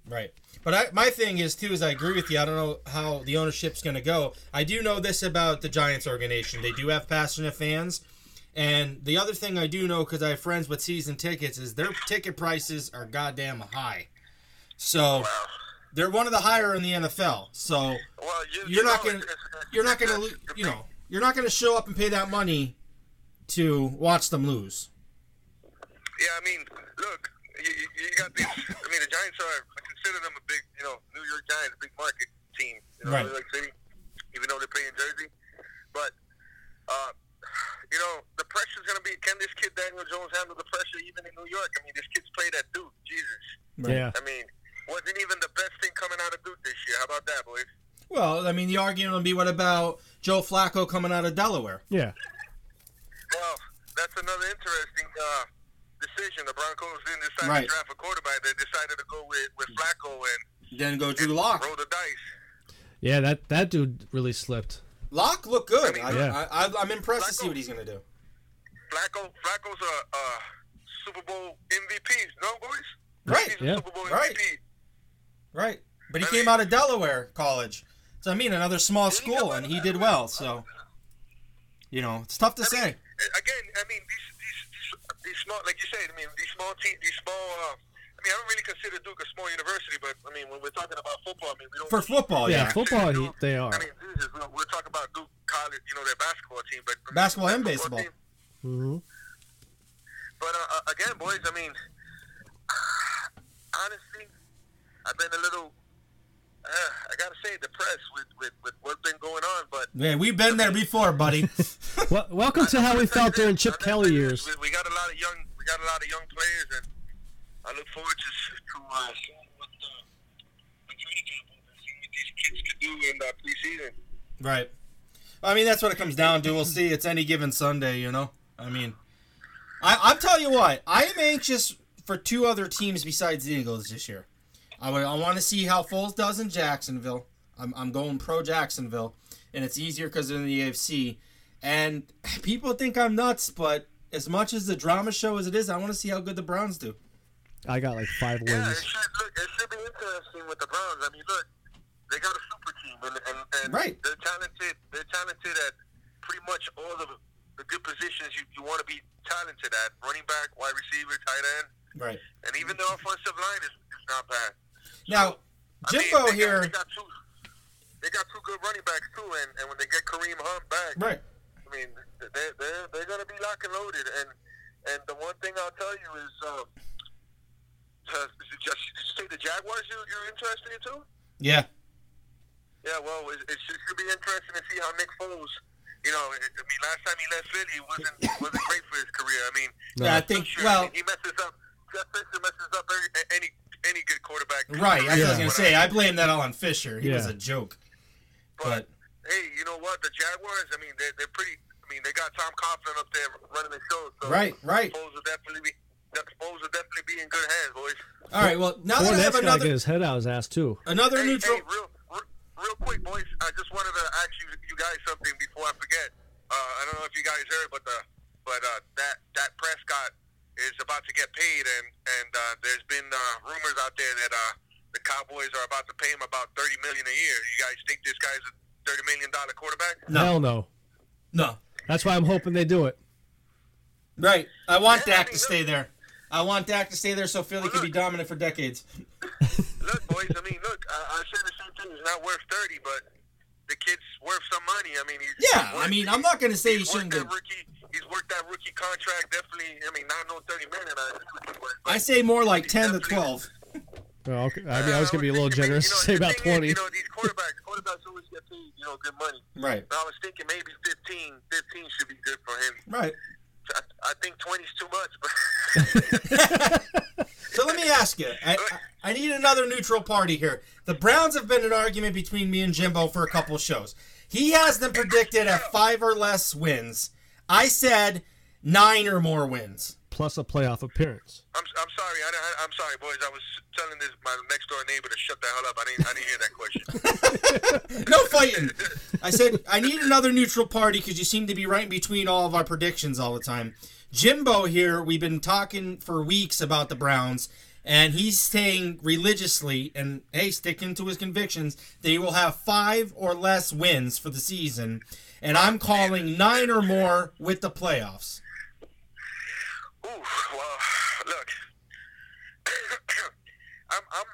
Speaker 4: Right. But I, my thing is too is I agree with you. I don't know how the ownership's going to go. I do know this about the Giants organization. They do have passionate fans. And the other thing I do know cuz I have friends with season tickets is their ticket prices are goddamn high. So they're one of the higher in the NFL. So
Speaker 5: Well, you,
Speaker 4: you're
Speaker 5: you
Speaker 4: not
Speaker 5: know,
Speaker 4: going to
Speaker 5: it's- it's-
Speaker 4: you're not going to you know, you're not going to show up and pay that money to watch them lose.
Speaker 5: Yeah, I mean, look, you, you you got these. I mean, the Giants are. I consider them a big, you know, New York Giants, big market. team, you know,
Speaker 4: Right.
Speaker 5: New York City, even though they play in Jersey. But uh, you know, the pressure's gonna be can this kid Daniel Jones handle the pressure even in New York? I mean, this kid's played at Duke, Jesus.
Speaker 2: Yeah.
Speaker 5: I mean, wasn't even the best thing coming out of Duke this year. How about that, boys?
Speaker 4: Well, I mean, the argument would be what about Joe Flacco coming out of Delaware?
Speaker 2: Yeah.
Speaker 5: Well, that's another interesting uh, decision. The Broncos didn't decide
Speaker 4: Right.
Speaker 5: to draft a quarterback. They decided to go with, with Flacco and
Speaker 4: Then go Drew Lock.
Speaker 5: roll the dice.
Speaker 2: Yeah, that, that dude really slipped.
Speaker 4: Lock look good. I,
Speaker 2: Yeah.
Speaker 4: I, I, I'm impressed to see what he's gonna do.
Speaker 5: Flacco, Flacco's a, a Super Bowl MVP. No, boys.
Speaker 4: Right.
Speaker 5: He's a
Speaker 2: Yeah.
Speaker 5: Super Bowl
Speaker 4: Right.
Speaker 5: MVP.
Speaker 4: Right. But he came out of Delaware College. So I mean another small school and he did well, so you know, it's tough to say.
Speaker 5: Again, I mean, these, these, these, these small, like you said, I mean, these small teams, these small. Uh, I mean, I don't really consider Duke a small university, but I mean, when we're talking about football, I mean, we don't
Speaker 4: For football,
Speaker 2: Oh, Yeah,
Speaker 4: yeah.
Speaker 2: football, he, they are.
Speaker 5: I mean, this is, we're, we're talking about Duke College, you know, their basketball team, but I mean,
Speaker 4: Basketball and
Speaker 5: football
Speaker 4: baseball.
Speaker 2: Mm-hmm.
Speaker 5: team. But uh, uh, again, boys, I mean, honestly, I've been a little, uh, I gotta say, depressed with, with, with what's been going on. But
Speaker 4: Man, we've been there before, buddy.
Speaker 2: Wel- welcome to how we felt during Chip
Speaker 5: I'll
Speaker 2: Kelly
Speaker 5: tell you
Speaker 2: years.
Speaker 5: this, We, we got a lot of young, we got a lot of young players, and I look forward to to uh, seeing what the, the training camp is and seeing what these kids can do in the preseason.
Speaker 4: right. I mean that's what it comes down to. We'll see. It's any given Sunday, you know? I mean I I'm telling you what, I am anxious for two other teams besides the Eagles this year. I, wa- I want to see how Foles does in Jacksonville. I'm, I'm going pro Jacksonville, and it's easier because they're in the AFC. And people think I'm nuts, but as much as the drama show as it is, I want to see how good the Browns do.
Speaker 2: I got like five
Speaker 5: Yeah, it
Speaker 2: wins.
Speaker 5: should look. It should be interesting with the Browns. I mean, look, they got a super team, and, and, and
Speaker 4: Right.
Speaker 5: they're talented. They're talented at pretty much all of the good positions you, you want to be talented at: running back, wide receiver, tight end,
Speaker 4: Right
Speaker 5: and even the offensive line is, is not bad.
Speaker 4: now,
Speaker 5: I mean,
Speaker 4: Jimbo
Speaker 5: they got-
Speaker 4: here.
Speaker 5: they got two. They got two good running backs too, and, and when they get Kareem Hunt back,
Speaker 4: Right.
Speaker 5: I mean, they're they're, they're going to be lock and loaded, and and the one thing I'll tell you is, um, uh, is it just did you say the Jaguars you you're interested in too?
Speaker 4: Yeah.
Speaker 5: Yeah, well, it, it should should be interesting to see how Nick Foles. You know, I I mean, last time he left Philly it wasn't wasn't great for his career. I mean,
Speaker 4: Yeah, I think.
Speaker 5: sure,
Speaker 4: Well,
Speaker 5: he messes up. Jeff Fisher messes up every, any any good quarterback.
Speaker 4: right. I was
Speaker 2: Yeah.
Speaker 4: gonna say I blame that all on Fisher. He was a
Speaker 2: Yeah.
Speaker 4: joke. But
Speaker 5: But hey, you know what? The Jaguars. I mean, they're, they're pretty. I mean, they got Tom Coughlin up there running the show. So
Speaker 4: Right, right.
Speaker 5: Foles will definitely be. the Foles will definitely be in good hands, boys.
Speaker 4: all right. Well, now that I
Speaker 2: Fournette's
Speaker 4: have
Speaker 2: got
Speaker 4: another
Speaker 2: to get his head out of his ass, too.
Speaker 4: another
Speaker 5: Hey,
Speaker 4: neutral.
Speaker 5: hey, real, re- real quick, boys. I just wanted to ask you, you guys something before I forget. Uh, I don't know if you guys heard, but the but uh, that that Prescott is about to get paid, and and uh, there's been uh, rumors out there that uh, the Cowboys are about to pay him about thirty million a year. You guys think this guy's a thirty million dollar quarterback?
Speaker 4: No.
Speaker 2: Hell no.
Speaker 4: No.
Speaker 2: That's why I'm hoping they do it.
Speaker 4: Right. I want
Speaker 5: Yeah, I
Speaker 4: Dak
Speaker 5: mean,
Speaker 4: to stay there. I want Dak to stay there so Philly can be dominant for decades.
Speaker 5: look, boys. I mean, look. I, I said the same thing. He's not worth thirty, but the kid's worth some money. I mean, he's
Speaker 4: Yeah,
Speaker 5: he's
Speaker 4: I
Speaker 5: worth-
Speaker 4: mean, I'm not gonna say he
Speaker 5: he's worked
Speaker 4: shouldn't
Speaker 5: that
Speaker 4: get.
Speaker 5: rookie. He's worked that rookie contract. Definitely. I mean, not no thirty million. I agree with you, but-
Speaker 4: I say more like 10 to 12.
Speaker 2: Well, okay. I mean, I was going to be a little
Speaker 5: I was thinking,
Speaker 2: generous,
Speaker 5: you know,
Speaker 2: say
Speaker 5: Uh, the
Speaker 2: about
Speaker 5: thing is,
Speaker 2: 20.
Speaker 5: you know, these quarterbacks, quarterbacks always get paid, you know, good money.
Speaker 4: Right.
Speaker 5: But I was thinking maybe 15, 15 should be good for him.
Speaker 4: Right.
Speaker 5: I, I think 20 is too much, but
Speaker 4: So let me ask you. I, I I need another neutral party here. The Browns have been an argument between me and Jimbo for a couple shows. He has them predicted at five or less wins. I said nine or more wins.
Speaker 2: Plus a playoff appearance.
Speaker 5: I'm, I'm sorry. I, I, I'm sorry, boys. I was telling this my next door neighbor to shut the hell up. I didn't, I didn't hear that question.
Speaker 4: No fighting. I said I need another neutral party because you seem to be right in between all of our predictions all the time. Jimbo here, we've been talking for weeks about the Browns, and he's saying religiously and hey, sticking to his convictions, they will have five or less wins for the season, and I'm calling nine or more with the playoffs.
Speaker 5: Ooh, well, look, I'm I'm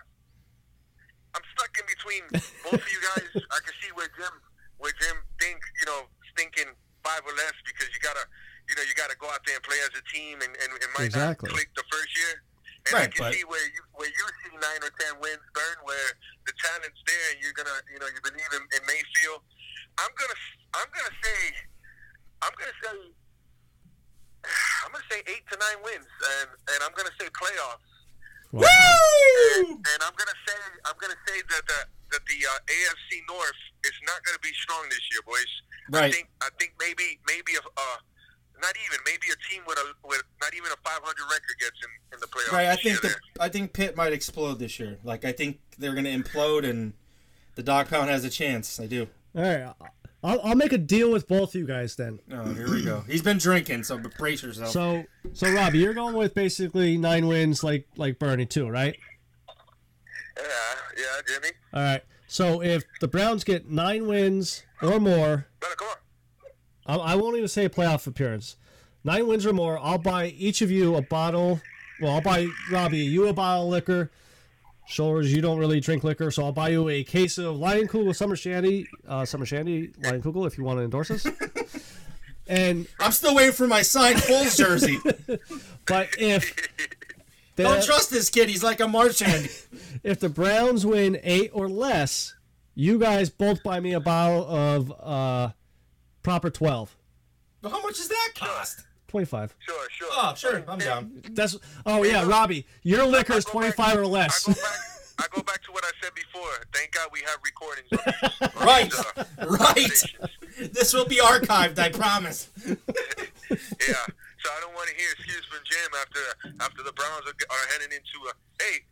Speaker 5: I'm stuck in between both of you guys. I can see where Jim where Jim think you know thinking five or less because you gotta you know you gotta go out there and play as a team and and it might
Speaker 2: Exactly.
Speaker 5: not click the first year. And I
Speaker 4: Right,
Speaker 5: can
Speaker 4: but-
Speaker 5: see where you where you see nine or ten wins, Burn, where the talent's there, and you're gonna, you know, you believe in, in Mayfield. I'm gonna, I'm gonna say, I'm gonna say, I'm gonna say eight to nine wins, and and I'm gonna say playoffs. And, and I'm gonna say, I'm gonna say that the that the uh, AFC North is not gonna be strong this year, boys. I
Speaker 4: Right.
Speaker 5: think I think maybe maybe a uh, not even maybe a team with a with not even a 500 record gets in, in the playoffs.
Speaker 4: Right, I
Speaker 5: this
Speaker 4: think
Speaker 5: year
Speaker 4: the, I think Pitt might explode this year. Like I think they're gonna implode, and the dog pound has a chance. I do.
Speaker 6: All right, I'll, I'll make a deal with both you guys then.
Speaker 4: Oh, here we go. He's been drinking, so brace yourself.
Speaker 2: So, so Robbie, you're going with basically nine wins, like like Bernie too, right?
Speaker 5: there. Yeah, yeah, Jimmy.
Speaker 2: All right. So if the Browns get nine wins or more,
Speaker 5: Better come on.
Speaker 2: I, Um, I won't even say a playoff appearance. Nine wins or more, I'll buy each of you a bottle. Well, I'll buy Robbie you a bottle of liquor. Shoulders, you don't really drink liquor, so I'll buy you a case of Lion Kugel Summer Shandy, uh, Summer Shandy Lion Kugel, if you want to endorse us. and
Speaker 4: I'm still waiting for my signed Bulls jersey.
Speaker 2: but if the,
Speaker 4: Don't trust this kid. He's like a marchand.
Speaker 2: if the Browns win eight or less, you guys both buy me a bottle of uh, proper twelve.
Speaker 4: How much does that cost?
Speaker 2: 25.
Speaker 5: Sure, sure.
Speaker 4: Oh, sure, I'm down.
Speaker 2: That's oh yeah, Robbie, your liquor is 25 or
Speaker 5: I
Speaker 2: less.
Speaker 5: go back. I go back to what I said before. Thank God we have recordings. On this, on
Speaker 4: Right.
Speaker 5: these, uh,
Speaker 4: Right. This will be archived, I promise.
Speaker 5: yeah. So I don't want to hear excuse from Jim after after the Browns are, are heading into a hey.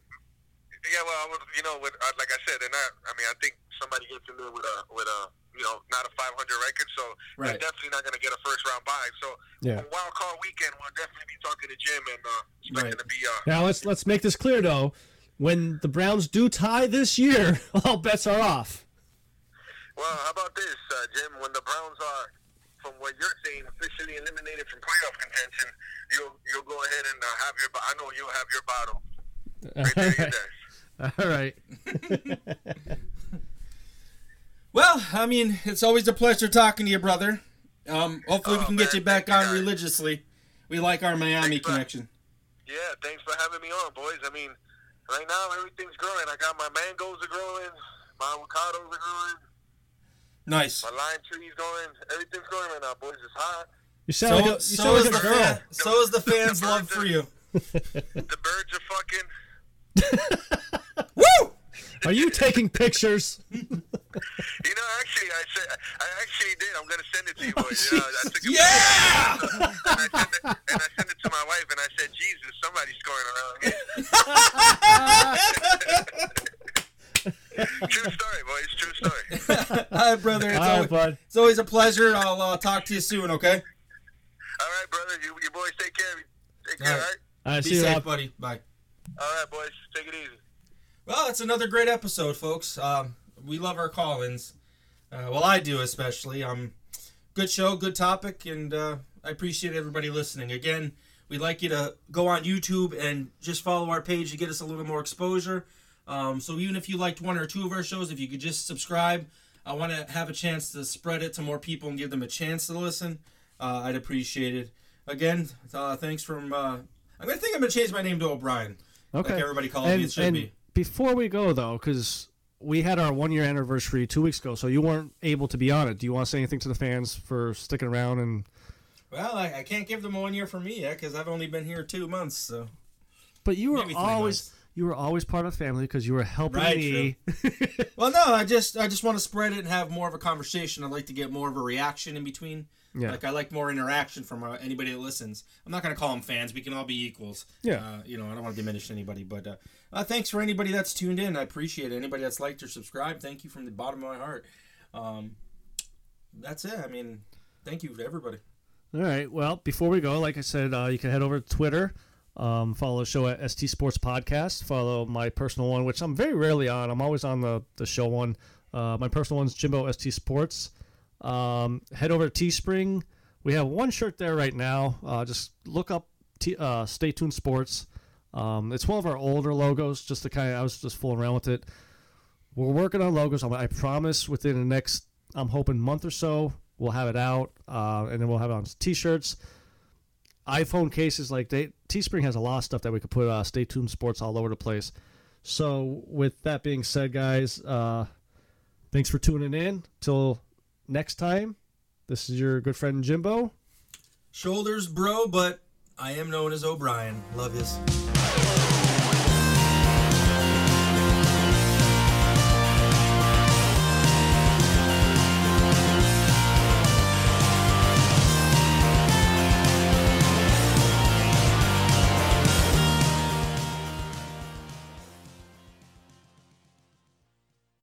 Speaker 5: Yeah, well, I was, you know, with, uh, like I said, they're not. I mean, I think somebody gets in there with a with a you know not a 500 record, so
Speaker 4: Right.
Speaker 5: they're definitely not going to get a first round bye. So
Speaker 2: Yeah.
Speaker 5: on wild card weekend, we'll definitely be talking to Jim and uh,
Speaker 4: Right.
Speaker 5: expecting to be uh,
Speaker 2: Now let's let's make this clear though. When the Browns do tie this year, all bets are off.
Speaker 5: Well, how about this, uh, Jim? When the Browns are, from what you're saying, officially eliminated from playoff contention, you'll you'll go ahead and uh, have your. bo- I know you'll have your bottle. Right there, you there.
Speaker 2: All right.
Speaker 4: Well, I mean, it's always a pleasure talking to you, brother. Um, hopefully we
Speaker 5: Oh,
Speaker 4: can get
Speaker 5: man,
Speaker 4: you back
Speaker 5: thank you,
Speaker 4: on
Speaker 5: guys.
Speaker 4: religiously. We like our Miami
Speaker 5: Thanks, bud.
Speaker 4: connection.
Speaker 5: Yeah, thanks for having me on, boys. I mean, right now everything's growing. I got my mangoes are growing, my avocados are growing,
Speaker 4: Nice.
Speaker 5: my lime tree's going. Everything's growing right now, boys. It's hot.
Speaker 2: You sound like
Speaker 4: So,
Speaker 2: a, you
Speaker 4: so,
Speaker 2: sound
Speaker 4: is
Speaker 2: like
Speaker 4: the
Speaker 2: a girl.
Speaker 4: fan, so is the fans'
Speaker 5: The
Speaker 4: love for you.
Speaker 5: The birds are fucking.
Speaker 4: Woo!
Speaker 2: Are you taking pictures?
Speaker 5: You know, actually, I said I actually did. I'm gonna send it to you, boys. You know, I took a
Speaker 4: Yeah!
Speaker 5: and I sent it, and I sent it to my wife, and I said, "Jesus, somebody's scoring around here." true story, boys. True story.
Speaker 4: Hi, brother. It's,
Speaker 2: All
Speaker 4: always,
Speaker 2: right, bud.
Speaker 4: it's always a pleasure. I'll uh, talk to you soon, okay?
Speaker 5: All right, brother. You, you boys take care. of you. Take care.
Speaker 4: All
Speaker 5: All
Speaker 4: right.
Speaker 5: right.
Speaker 2: All right,
Speaker 4: Be
Speaker 2: see you.
Speaker 4: safe,
Speaker 2: Rob.
Speaker 4: buddy. Bye.
Speaker 5: All right, boys. Take it easy.
Speaker 4: Well, it's another great episode, folks. Um, we love our call-ins. Uh, well, I do especially. Um, good show, good topic, and uh, I appreciate everybody listening. Again, we'd like you to go on YouTube and just follow our page to get us a little more exposure. Um, so even if you liked one or two of our shows, if you could just subscribe, I want to have a chance to spread it to more people and give them a chance to listen. Uh, I'd appreciate it. Again, uh, thanks from. Uh, I'm gonna think I'm gonna change my name to O'Brien.
Speaker 2: Okay.
Speaker 4: Like everybody calls me, it
Speaker 2: And,
Speaker 4: should
Speaker 2: and
Speaker 4: be.
Speaker 2: before we go though, because we had our one year anniversary two weeks ago, so you weren't able to be on it. Do you want to say anything to the fans for sticking around and?
Speaker 4: Well, I, I can't give them one year for me yet because I've only been here two months. So
Speaker 2: But you were
Speaker 4: Maybe three
Speaker 2: always
Speaker 4: months.
Speaker 2: you were always part of the family because you were helping
Speaker 4: Right,
Speaker 2: me.
Speaker 4: well, no, I just I just want to spread it and have more of a conversation. I'd like to get more of a reaction in between.
Speaker 2: Yeah.
Speaker 4: Like I like more interaction from uh, anybody that listens. I'm not gonna call them fans. We can all be equals.
Speaker 2: Yeah.
Speaker 4: Uh, you know, I don't want to diminish anybody, but uh, uh, thanks for anybody that's tuned in. I appreciate it. anybody that's liked or subscribed. Thank you from the bottom of my heart. Um, that's it. I mean, thank you to everybody.
Speaker 2: All right. Well, before we go, like I said, uh, you can head over to Twitter, um, follow the show at ST Sports Podcast, follow my personal one, which I'm very rarely on. I'm always on the, the show one. Uh, my personal one's Jimbo ST Sports. Um, head over to Teespring. We have one shirt there right now. Uh, just look up T- uh, Stay Tuned Sports. Um, it's one of our older logos, just to kind of, I was just fooling around with it. We're working on logos. I'm- I promise within the next, I'm hoping month or so, we'll have it out, uh, and then we'll have it on t-shirts, iPhone cases. Like they, Teespring has a lot of stuff that we could put. Uh, Stay tuned sports all over the place. So, with that being said, guys, uh, thanks for tuning in. Till next time, this is your good friend Jimbo.
Speaker 4: Shoulders, bro, but I am known as O'Brien. Love yous.